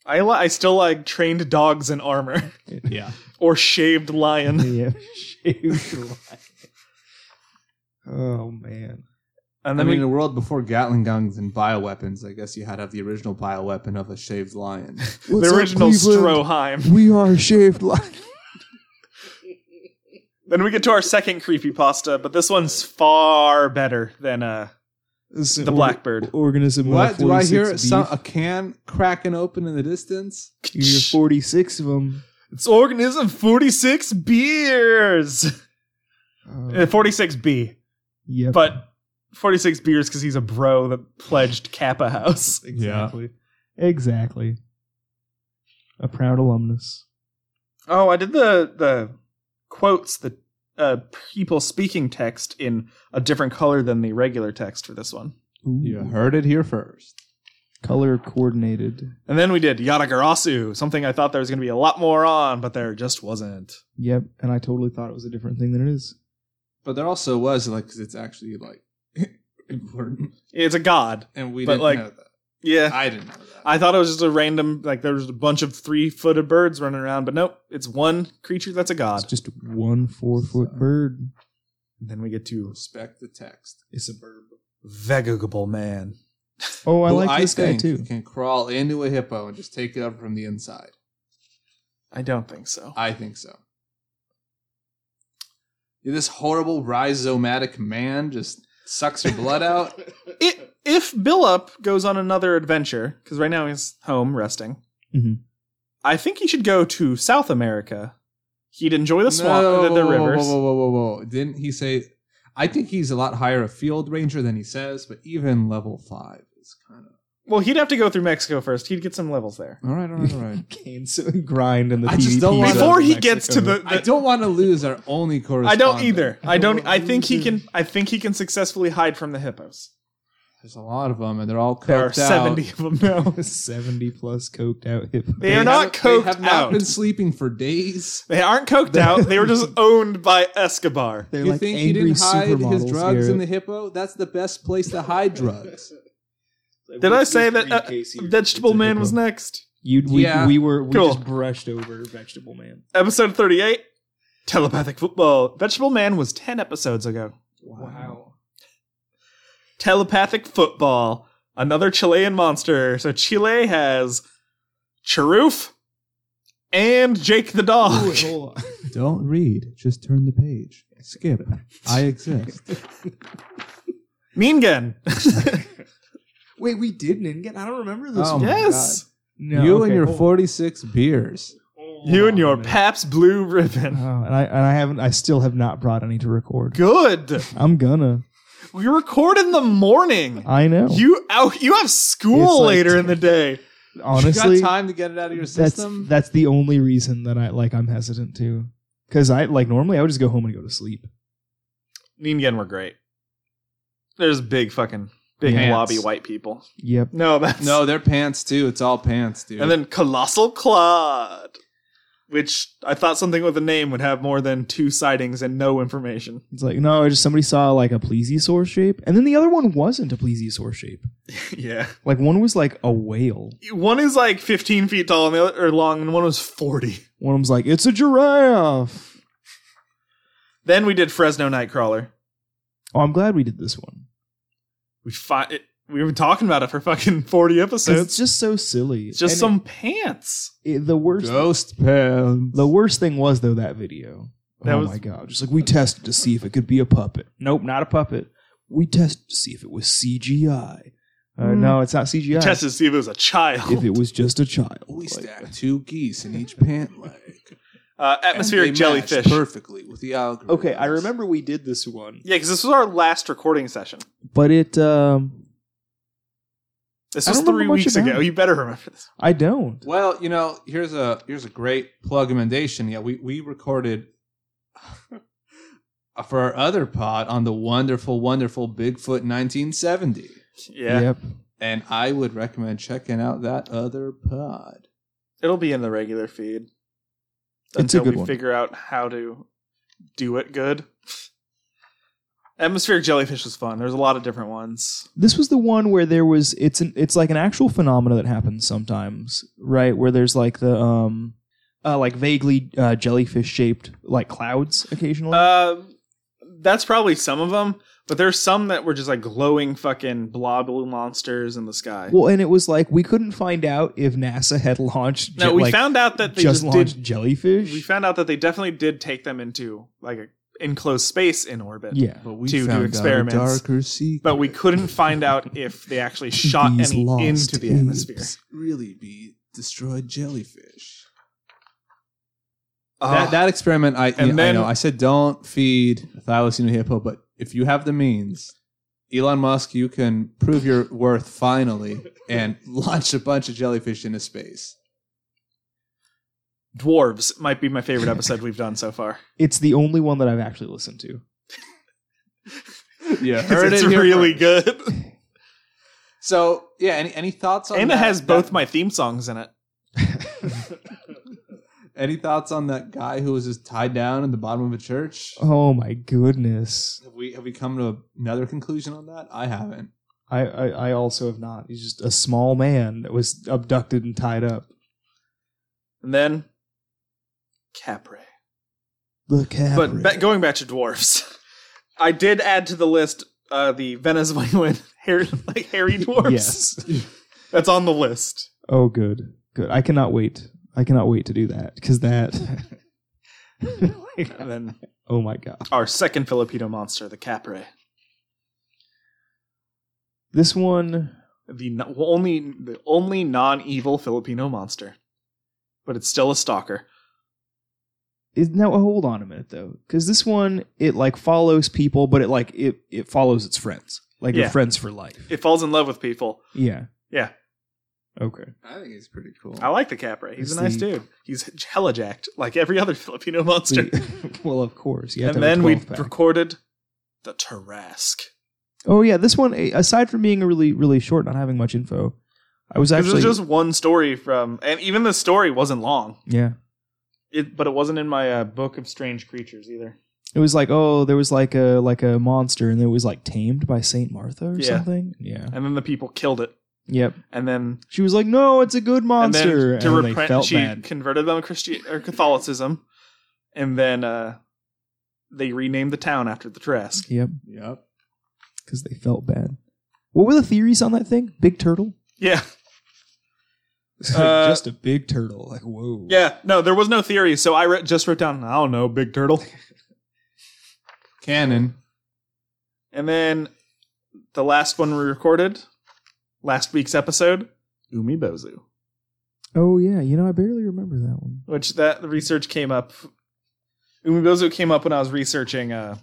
[SPEAKER 1] I li- I still like trained dogs in armor
[SPEAKER 2] yeah.
[SPEAKER 1] or shaved lion.
[SPEAKER 3] yeah. Shaved lion. Oh man.
[SPEAKER 1] And
[SPEAKER 2] I
[SPEAKER 1] then
[SPEAKER 2] mean, in
[SPEAKER 1] we,
[SPEAKER 2] a world before Gatling guns and bioweapons, I guess you had to have the original bioweapon of a shaved lion.
[SPEAKER 1] the original Stroheim.
[SPEAKER 3] We are shaved lion.
[SPEAKER 1] Then we get to our second creepy pasta, but this one's far better than uh the blackbird.
[SPEAKER 3] organism.
[SPEAKER 2] what do I hear? Some,
[SPEAKER 3] Some,
[SPEAKER 2] a can cracking open in the distance?
[SPEAKER 3] you hear forty-six of them.
[SPEAKER 1] It's organism 46 beers. Uh, 46B.
[SPEAKER 3] Um, yep.
[SPEAKER 1] But 46 beers cuz he's a bro that pledged Kappa House.
[SPEAKER 3] exactly. Exactly. A proud alumnus.
[SPEAKER 1] Oh, I did the the quotes, the uh, people speaking text in a different color than the regular text for this one.
[SPEAKER 3] Ooh.
[SPEAKER 2] You heard it here first.
[SPEAKER 3] Color coordinated.
[SPEAKER 1] And then we did Yadagarasu, something I thought there was going to be a lot more on, but there just wasn't.
[SPEAKER 3] Yep. And I totally thought it was a different thing than it is.
[SPEAKER 2] But there also was like, 'cause it's actually like important,
[SPEAKER 1] It's a god.
[SPEAKER 2] and we
[SPEAKER 1] But,
[SPEAKER 2] didn't
[SPEAKER 1] like,
[SPEAKER 2] know that.
[SPEAKER 1] Yeah.
[SPEAKER 2] I didn't know that.
[SPEAKER 1] I thought it was just a random, like, there was a bunch of three footed birds running around, but nope, it's one creature that's a
[SPEAKER 3] It's
[SPEAKER 1] god.
[SPEAKER 3] just one four foot bird.
[SPEAKER 1] And then we get to
[SPEAKER 2] Respect the text.
[SPEAKER 3] It's a bird.
[SPEAKER 1] Vegable Man.
[SPEAKER 3] Oh, I
[SPEAKER 2] Who
[SPEAKER 3] like this guy
[SPEAKER 2] think
[SPEAKER 3] too.
[SPEAKER 2] Can crawl into a hippo and just take it up from the inside.
[SPEAKER 1] I don't think so.
[SPEAKER 2] I think so. This horrible rhizomatic man just sucks your blood out.
[SPEAKER 1] I- if Billup goes on another adventure, because right now he's home resting,
[SPEAKER 3] Mhm.
[SPEAKER 1] I think he should go to South America. He'd enjoy the swamp,
[SPEAKER 2] No,
[SPEAKER 1] the, the
[SPEAKER 2] whoa, whoa,
[SPEAKER 1] rivers.
[SPEAKER 2] Whoa, whoa, whoa, whoa, whoa! Didn't he say? I think he's a lot higher a field ranger than he says, but even level five is kind of
[SPEAKER 1] Well, he'd have to go through Mexico first. He'd get some levels there.
[SPEAKER 2] all right. All right, all right.
[SPEAKER 3] Cane so grind in the
[SPEAKER 2] I just
[SPEAKER 3] PvP
[SPEAKER 2] don't want-
[SPEAKER 3] zone
[SPEAKER 1] Before
[SPEAKER 3] in
[SPEAKER 1] he gets to
[SPEAKER 3] Mexico.
[SPEAKER 1] the,
[SPEAKER 2] I
[SPEAKER 1] the
[SPEAKER 2] don't want to lose our only
[SPEAKER 1] I
[SPEAKER 2] correspondent.
[SPEAKER 1] don't either. I don't. I think he can. I think he can successfully hide from the hippos.
[SPEAKER 2] There's a lot of them, and they're all coked
[SPEAKER 1] There are
[SPEAKER 2] out.
[SPEAKER 1] seventy of them now.
[SPEAKER 3] 70 plus coked out hip.
[SPEAKER 1] They are not
[SPEAKER 2] They
[SPEAKER 1] coked
[SPEAKER 2] have not
[SPEAKER 1] out.
[SPEAKER 2] been sleeping for days.
[SPEAKER 1] They aren't coked out. They were just owned by Escobar.
[SPEAKER 3] They're
[SPEAKER 2] You
[SPEAKER 3] like
[SPEAKER 2] think he
[SPEAKER 3] angry
[SPEAKER 2] didn't hide his
[SPEAKER 3] supermodels
[SPEAKER 2] drugs
[SPEAKER 3] here.
[SPEAKER 2] in the hippo? That's the best place to hide drugs.
[SPEAKER 1] Did I say that uh, Vegetable Man was next?
[SPEAKER 3] You we,
[SPEAKER 2] Yeah.
[SPEAKER 3] we were we
[SPEAKER 1] Cool.
[SPEAKER 3] just brushed over Vegetable Man.
[SPEAKER 1] Episode thirty-eight. Telepathic football. Vegetable Man was ten episodes ago.
[SPEAKER 3] Wow.
[SPEAKER 1] Telepathic football. Another Chilean monster. So Chile has Charoof and Jake the
[SPEAKER 3] Ooh,
[SPEAKER 1] dog.
[SPEAKER 3] Oh, hold on.
[SPEAKER 2] Don't read. Just turn the page. Skip. I exist.
[SPEAKER 1] mean Gun.
[SPEAKER 3] Wait, we did Ningen. I don't remember this.
[SPEAKER 2] Oh
[SPEAKER 3] one.
[SPEAKER 2] my
[SPEAKER 1] yes.
[SPEAKER 3] No,
[SPEAKER 2] you and
[SPEAKER 3] okay,
[SPEAKER 2] your
[SPEAKER 3] hold-
[SPEAKER 2] 46 beers.
[SPEAKER 3] hold
[SPEAKER 1] You
[SPEAKER 3] on
[SPEAKER 1] and
[SPEAKER 3] a
[SPEAKER 1] your
[SPEAKER 3] minute.
[SPEAKER 1] Paps Blue Ribbon.
[SPEAKER 3] Oh, and I and I haven't. I still have not brought any to record.
[SPEAKER 1] Good.
[SPEAKER 3] I'm gonna.
[SPEAKER 1] We record in the morning.
[SPEAKER 3] I know.
[SPEAKER 1] You out, you have
[SPEAKER 3] It's
[SPEAKER 1] school
[SPEAKER 3] like-
[SPEAKER 1] later in the day.
[SPEAKER 3] Honestly,
[SPEAKER 2] you got time to get it out of your
[SPEAKER 3] that's
[SPEAKER 2] system?
[SPEAKER 3] that's the only reason that I like. I'm hesitant to, because I like normally I would just go home and go to sleep.
[SPEAKER 1] Ningen were great. There's big fucking big
[SPEAKER 2] Pants.
[SPEAKER 1] blobby white people.
[SPEAKER 3] Yep.
[SPEAKER 1] No, that's
[SPEAKER 2] no, they're pants too. It's all pants, dude.
[SPEAKER 1] And then Colossal Clod. Which I thought something with a name would have more than two sightings and no information.
[SPEAKER 3] It's like no, just somebody saw like a plesiosaur shape, and then the other one wasn't a plesiosaur shape.
[SPEAKER 1] yeah.
[SPEAKER 3] Like one was like a whale.
[SPEAKER 1] One is like 15 feet tall and the other or long, and one was 40.
[SPEAKER 3] One of them's like it's a giraffe.
[SPEAKER 1] Then we did Fresno Nightcrawler.
[SPEAKER 3] Oh, I'm glad we did this one.
[SPEAKER 1] We fi- it, we were talking about it for fucking 40
[SPEAKER 3] Because
[SPEAKER 1] episodes.
[SPEAKER 3] it's just so silly.
[SPEAKER 1] It's just
[SPEAKER 3] And
[SPEAKER 1] some pants.
[SPEAKER 3] it- the worst.
[SPEAKER 2] Ghost pants.
[SPEAKER 3] The worst thing was though that video.
[SPEAKER 1] That
[SPEAKER 3] oh
[SPEAKER 1] was-
[SPEAKER 3] my god! Just like we tested to see if it could be a puppet. Nope, not a puppet. We tested to see if it was CGI. Uh, No, it's not CGI.
[SPEAKER 1] Tested to see if it was a child.
[SPEAKER 3] if it was just a child.
[SPEAKER 6] We
[SPEAKER 3] Like,
[SPEAKER 6] stacked two geese in each pant leg.
[SPEAKER 1] uh,
[SPEAKER 6] And they
[SPEAKER 1] atmospheric
[SPEAKER 6] matched
[SPEAKER 1] jellyfish.
[SPEAKER 6] Perfectly with the algorithm.
[SPEAKER 3] okay, I remember we did this one,
[SPEAKER 1] Yeah, because this was our last recording session.
[SPEAKER 3] but it. um
[SPEAKER 1] This
[SPEAKER 3] I
[SPEAKER 1] was
[SPEAKER 3] don't remember
[SPEAKER 1] three
[SPEAKER 3] much
[SPEAKER 1] weeks
[SPEAKER 3] about
[SPEAKER 1] ago.
[SPEAKER 3] it.
[SPEAKER 1] You better remember this.
[SPEAKER 3] I don't.
[SPEAKER 2] Well, you know, here's a here's a great plug emendation. Yeah, we we recorded for our other pod on the wonderful, wonderful Bigfoot 1970,
[SPEAKER 1] Yeah,
[SPEAKER 3] Yep.
[SPEAKER 2] and I would recommend checking out that other pod.
[SPEAKER 1] it'll be in the regular feed
[SPEAKER 3] a
[SPEAKER 1] until
[SPEAKER 3] good
[SPEAKER 1] we
[SPEAKER 3] one.
[SPEAKER 1] figure out how to do it good. Atmospheric jellyfish was fun. There's a lot of different ones.
[SPEAKER 3] This was the one where there was it's an it's like an actual phenomena that happens sometimes, right? Where there's like the um uh like vaguely uh jellyfish shaped like clouds occasionally.
[SPEAKER 1] Uh, that's probably some of them, but there's some that were just like glowing fucking blob monsters in the sky.
[SPEAKER 3] well, and it was like we couldn't find out if NASA had launched
[SPEAKER 1] no,
[SPEAKER 3] jet-
[SPEAKER 1] we
[SPEAKER 3] like,
[SPEAKER 1] found out that they
[SPEAKER 3] just,
[SPEAKER 1] just, did
[SPEAKER 3] launched jellyfish.
[SPEAKER 1] we found out that they definitely did take them into like an enclosed space in orbit.
[SPEAKER 3] yeah.
[SPEAKER 2] But we
[SPEAKER 1] To do
[SPEAKER 2] found
[SPEAKER 1] experiments.
[SPEAKER 2] out a darker secret.
[SPEAKER 1] But we couldn't find out if they actually shot
[SPEAKER 3] These
[SPEAKER 1] any
[SPEAKER 3] lost
[SPEAKER 1] into the
[SPEAKER 3] apes.
[SPEAKER 1] atmosphere.
[SPEAKER 6] Really be destroyed jellyfish.
[SPEAKER 1] Ah.
[SPEAKER 2] that, that experiment, I
[SPEAKER 1] Uh, And
[SPEAKER 2] I
[SPEAKER 1] then-
[SPEAKER 2] know I said don't feed a thylacine to hippo, but if you have the means, Elon Musk, you can prove your worth finally and launch a bunch of jellyfish into space.
[SPEAKER 1] Dwarves might be my favorite episode we've done so far.
[SPEAKER 3] It's the only one that I've actually listened to.
[SPEAKER 2] Yeah,
[SPEAKER 1] It's, it's really good.
[SPEAKER 2] So yeah, any any thoughts on
[SPEAKER 1] and it
[SPEAKER 2] that-
[SPEAKER 1] has
[SPEAKER 2] that-
[SPEAKER 1] both my theme songs in it.
[SPEAKER 2] any thoughts on that guy who was just tied down in the bottom of a church?
[SPEAKER 3] Oh my goodness.
[SPEAKER 2] Have we have we come to another conclusion on that? I haven't.
[SPEAKER 3] I, I, I also have not. He's just a small man that was abducted and tied up.
[SPEAKER 1] And then Capre.
[SPEAKER 3] The cat.
[SPEAKER 1] But ba- going back to dwarves, I did add to the list uh, the Venezuelan hairy, like hairy dwarves.
[SPEAKER 3] Yes.
[SPEAKER 1] That's on the list.
[SPEAKER 3] Oh, good, good. I cannot wait. I cannot wait to do that because that.
[SPEAKER 1] And then
[SPEAKER 3] oh my god.
[SPEAKER 1] our second Filipino monster, the Capre.
[SPEAKER 3] This one,
[SPEAKER 1] The no- well, only the only non-evil Filipino monster, but it's still a stalker.
[SPEAKER 3] is now hold on a minute though because this one it like follows people but it like it it follows its friends like
[SPEAKER 1] Yeah.
[SPEAKER 3] they're friends for life
[SPEAKER 1] It falls in love with people.
[SPEAKER 3] yeah
[SPEAKER 1] Yeah.
[SPEAKER 3] okay
[SPEAKER 2] I think he's pretty cool.
[SPEAKER 1] I like the Capra. He's
[SPEAKER 3] It's
[SPEAKER 1] a nice
[SPEAKER 3] the-
[SPEAKER 1] dude. He's hella jacked, like every other Filipino monster.
[SPEAKER 3] The- well of course yeah
[SPEAKER 1] and then we recorded the Tarask.
[SPEAKER 3] oh yeah this one a- aside from being really really short not having much info i was
[SPEAKER 1] 'Cause
[SPEAKER 3] actually
[SPEAKER 1] It was just one story from, and even the story wasn't long.
[SPEAKER 3] yeah
[SPEAKER 1] It, but it wasn't in my uh, book of strange creatures either.
[SPEAKER 3] it was like oh there was like a like a monster and it was like tamed by saint martha or
[SPEAKER 1] Yeah.
[SPEAKER 3] something yeah
[SPEAKER 1] And then the people killed it.
[SPEAKER 3] yep
[SPEAKER 1] And then,
[SPEAKER 3] she was like no it's a good monster
[SPEAKER 1] and then to
[SPEAKER 3] and they
[SPEAKER 1] repent,
[SPEAKER 3] felt
[SPEAKER 1] she
[SPEAKER 3] bad
[SPEAKER 1] converted them to Christian or Catholicism. And then uh, they renamed the town after the Tarask.
[SPEAKER 3] yep
[SPEAKER 2] Yep.
[SPEAKER 3] because they felt bad what were the theories on that thing big turtle
[SPEAKER 1] Yeah, Uh,
[SPEAKER 3] just a big turtle. Like, whoa.
[SPEAKER 1] yeah. No, there was no theory, so I re- just wrote down. I don't know, big turtle.
[SPEAKER 2] Canon.
[SPEAKER 1] And then the last one we recorded, last week's episode, Umi Bozu,
[SPEAKER 3] Oh, yeah. You know, I barely remember that one.
[SPEAKER 1] which that the research came up. Umi Bozu came up when I was researching uh,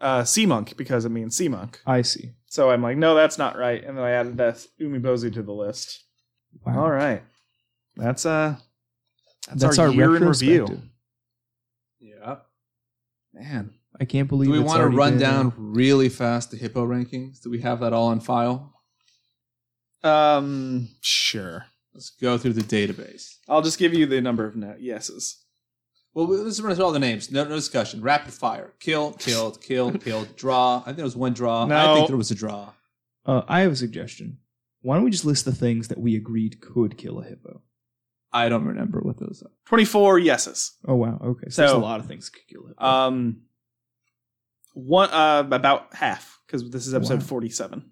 [SPEAKER 1] uh, Sea Monk because it means Sea Monk.
[SPEAKER 3] I see.
[SPEAKER 1] So I'm like, no, that's not right. And then I added that Umi Bozu to the list.
[SPEAKER 3] Wow.
[SPEAKER 1] All right, that's uh, that's,
[SPEAKER 3] That's
[SPEAKER 1] our,
[SPEAKER 3] our
[SPEAKER 1] year in review.
[SPEAKER 3] retrospective.
[SPEAKER 2] Yeah.
[SPEAKER 1] Man,
[SPEAKER 3] I can't believe
[SPEAKER 2] Do we
[SPEAKER 3] it's
[SPEAKER 2] want to
[SPEAKER 3] already
[SPEAKER 2] run
[SPEAKER 3] been-
[SPEAKER 2] down really fast the hippo rankings? Do we have that all on file?
[SPEAKER 1] um, sure.
[SPEAKER 2] Let's go through the database.
[SPEAKER 1] I'll just give you the number of no- yeses.
[SPEAKER 2] Well, we- let's run through all the names. No, no discussion. Rapid fire. Kill, killed, killed, killed. Draw. I think there was one draw. I
[SPEAKER 1] No.
[SPEAKER 2] think there was a draw.
[SPEAKER 3] Uh, I have a suggestion. Why don't we just list the things that we agreed could kill a hippo?
[SPEAKER 2] I don't remember what those are.
[SPEAKER 1] Twenty-four yeses.
[SPEAKER 3] Oh, wow. Okay. So,
[SPEAKER 1] So-
[SPEAKER 3] there's a lot of things that could kill a hippo.
[SPEAKER 1] Um, one uh, about half because this is episode
[SPEAKER 3] Wow.
[SPEAKER 1] forty-seven.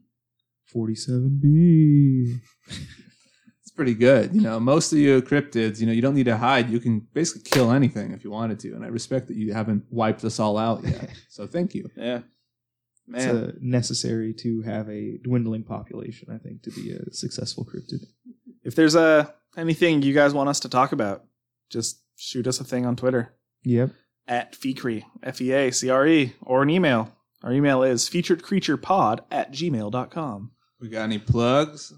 [SPEAKER 3] 47B.
[SPEAKER 2] It's pretty good. You know, most of you cryptids, you know, you don't need to hide. You can basically kill anything if you wanted to. And I respect that you haven't wiped us all out yet. so thank you.
[SPEAKER 1] Yeah,
[SPEAKER 3] It's
[SPEAKER 1] man,
[SPEAKER 3] uh, necessary to have a dwindling population, I think, to be a successful cryptid.
[SPEAKER 1] if there's uh, anything you guys want us to talk about, just shoot us a thing on Twitter
[SPEAKER 3] Yep.
[SPEAKER 1] at feacre f e a c r e or an email. Our email is featuredcreaturepod at gmail.com.
[SPEAKER 2] We got any plugs?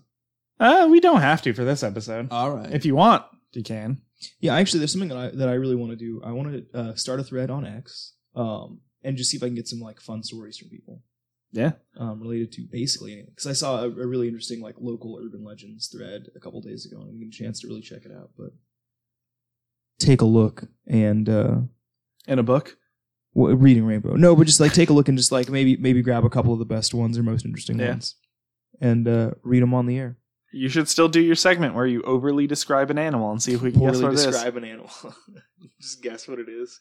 [SPEAKER 1] Uh, we don't have to for this episode.
[SPEAKER 2] All right.
[SPEAKER 1] If you want, you can.
[SPEAKER 3] Yeah, actually, there's something that I that I really want to do. I want to uh, start a thread on X, um, and just see if I can get some like fun stories from people.
[SPEAKER 1] Yeah.
[SPEAKER 3] um, related to basically anything. Because I saw a, a really interesting like local urban legends thread a couple days ago, and I didn't get a chance to really check it out. But take a look and uh,
[SPEAKER 1] In a book.
[SPEAKER 3] w- reading Rainbow. No, but just like take a look and just like maybe maybe grab a couple of the best ones or most interesting
[SPEAKER 1] Yeah.
[SPEAKER 3] ones, and uh, read them on the air.
[SPEAKER 1] You should still do your segment where you overly describe an animal and see if we can guess what it is.
[SPEAKER 3] an animal. just guess what it is.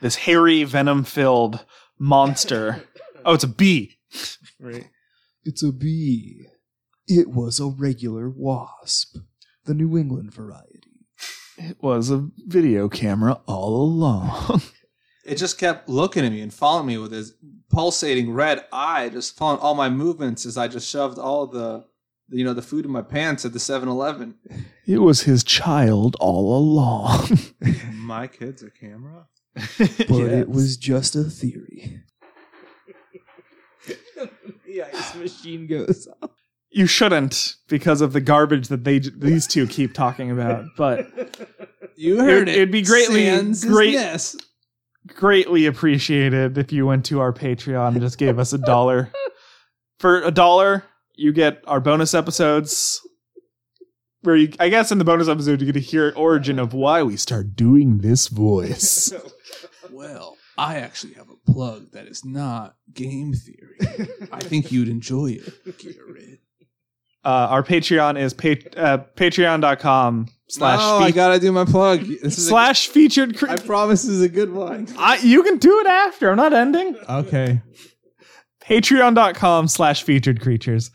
[SPEAKER 1] This hairy, venom-filled monster. oh, it's a bee.
[SPEAKER 3] Right. It's a bee. It was a regular wasp, the New England variety.
[SPEAKER 1] It was a video camera all along.
[SPEAKER 2] it just kept looking at me and following me with his pulsating red eye, just following all my movements as I just shoved all the, you know, the food in my pants at the 7 Eleven.
[SPEAKER 1] it was his child all along.
[SPEAKER 2] My kid's a camera?
[SPEAKER 3] But it was just a theory. yeah, his machine goes.
[SPEAKER 1] you shouldn't because of the garbage that they these two keep talking about, but
[SPEAKER 2] You heard it.
[SPEAKER 1] it'd be greatly-
[SPEAKER 2] Sans is
[SPEAKER 1] great-
[SPEAKER 2] Yes.
[SPEAKER 1] greatly appreciated if you went to our Patreon and just gave us a dollar. For a dollar, you get our bonus episodes where you I guess in the bonus episode you get to hear origin of why we start doing this voice.
[SPEAKER 2] Well, I actually have a plug that is not game theory. I think you'd enjoy it, Garrett.
[SPEAKER 1] Uh, our Patreon is pa- uh, patreon.com slash
[SPEAKER 2] no, I
[SPEAKER 1] fe-
[SPEAKER 2] gotta do my plug. This is a,
[SPEAKER 1] slash featured cre-
[SPEAKER 2] I promise this is a good one.
[SPEAKER 1] I, you can do it after. I'm not ending.
[SPEAKER 2] Okay.
[SPEAKER 1] Patreon.com slash featured creatures.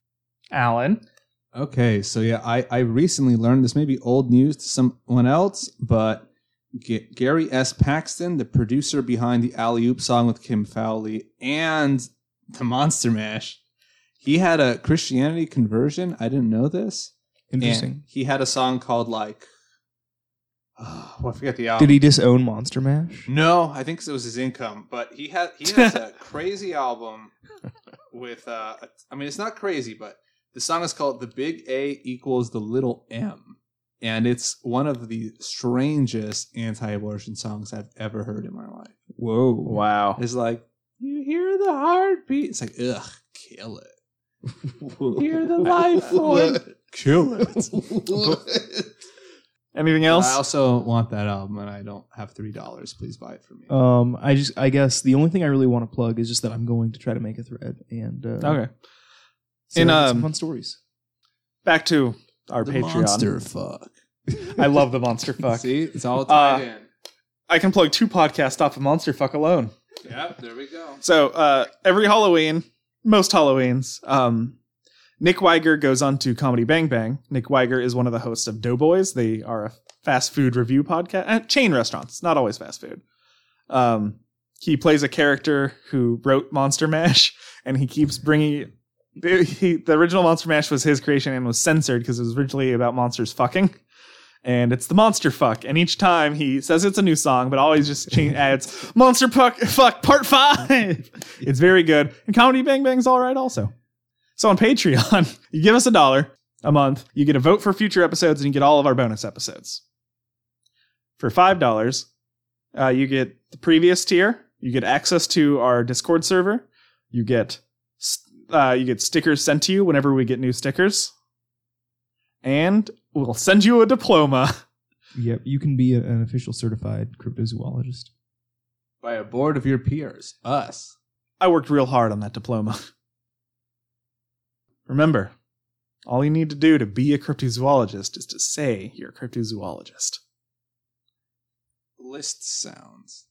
[SPEAKER 1] Alan.
[SPEAKER 2] Okay, so yeah, I, I recently learned this may be old news to someone else, but G- Gary S. Paxton, the producer behind the Alley Oop song with Kim Fowley and the Monster Mash, He had a Christianity conversion. I didn't know this. And
[SPEAKER 7] Interesting.
[SPEAKER 2] he had a song called like, oh, well, I forget the album.
[SPEAKER 7] Did he disown Monster Mash?
[SPEAKER 2] No, I think it was his income, but he had he has a crazy album with uh I mean it's not crazy, but the song is called The Big A equals the Little M. And it's one of the strangest anti-abortion songs I've ever heard in my life.
[SPEAKER 7] Whoa.
[SPEAKER 1] Wow.
[SPEAKER 2] It's like, you hear the heartbeat. It's like, ugh, kill it. Hear the life form. kill it.
[SPEAKER 1] Anything
[SPEAKER 2] I
[SPEAKER 1] else?
[SPEAKER 2] also want that album and I don't have three dollars. Please buy it for
[SPEAKER 1] Oh,
[SPEAKER 2] me.
[SPEAKER 7] Um, I just, I guess the only thing I really want to plug is just that I'm going to try to make a thread and uh,
[SPEAKER 1] Okay.
[SPEAKER 7] so
[SPEAKER 1] And,
[SPEAKER 7] I get some
[SPEAKER 1] um,
[SPEAKER 7] fun stories.
[SPEAKER 1] Back to our
[SPEAKER 2] the
[SPEAKER 1] Patreon.
[SPEAKER 2] monster fuck.
[SPEAKER 1] I love the monster fuck. Uh,
[SPEAKER 2] See, it's all
[SPEAKER 1] tied
[SPEAKER 2] in.
[SPEAKER 1] I can plug two podcasts off of Monster Fuck alone.
[SPEAKER 2] Yep, there we go.
[SPEAKER 1] So uh, every Halloween, most Halloweens, um, Nick Weiger goes on to Comedy Bang Bang. Nick Weiger is one of the hosts of Doughboys. They are a fast food review podcast, uh, chain restaurants, not always fast food. Um, he plays a character who wrote Monster Mash, and he keeps bringing. The, he, the original Monster Mash was his creation and was censored because it was originally about monsters fucking. And it's the monster fuck, and each time he says it's a new song, but always just change, adds monster puck, fuck part five. It's very good, and comedy bang bang's all right also. So on Patreon, you give us a dollar a month, you get a vote for future episodes, and you get all of our bonus episodes. For five dollars, uh, you get the previous tier, you get access to our Discord server, you get s- uh, you get stickers sent to you whenever we get new stickers, and we'll send you a diploma.
[SPEAKER 7] Yep, you can be a- an official certified cryptozoologist.
[SPEAKER 2] By a board of your peers, us.
[SPEAKER 1] I worked real hard on that diploma. Remember, all you need to do to be a cryptozoologist is to say you're a cryptozoologist.
[SPEAKER 2] List sounds.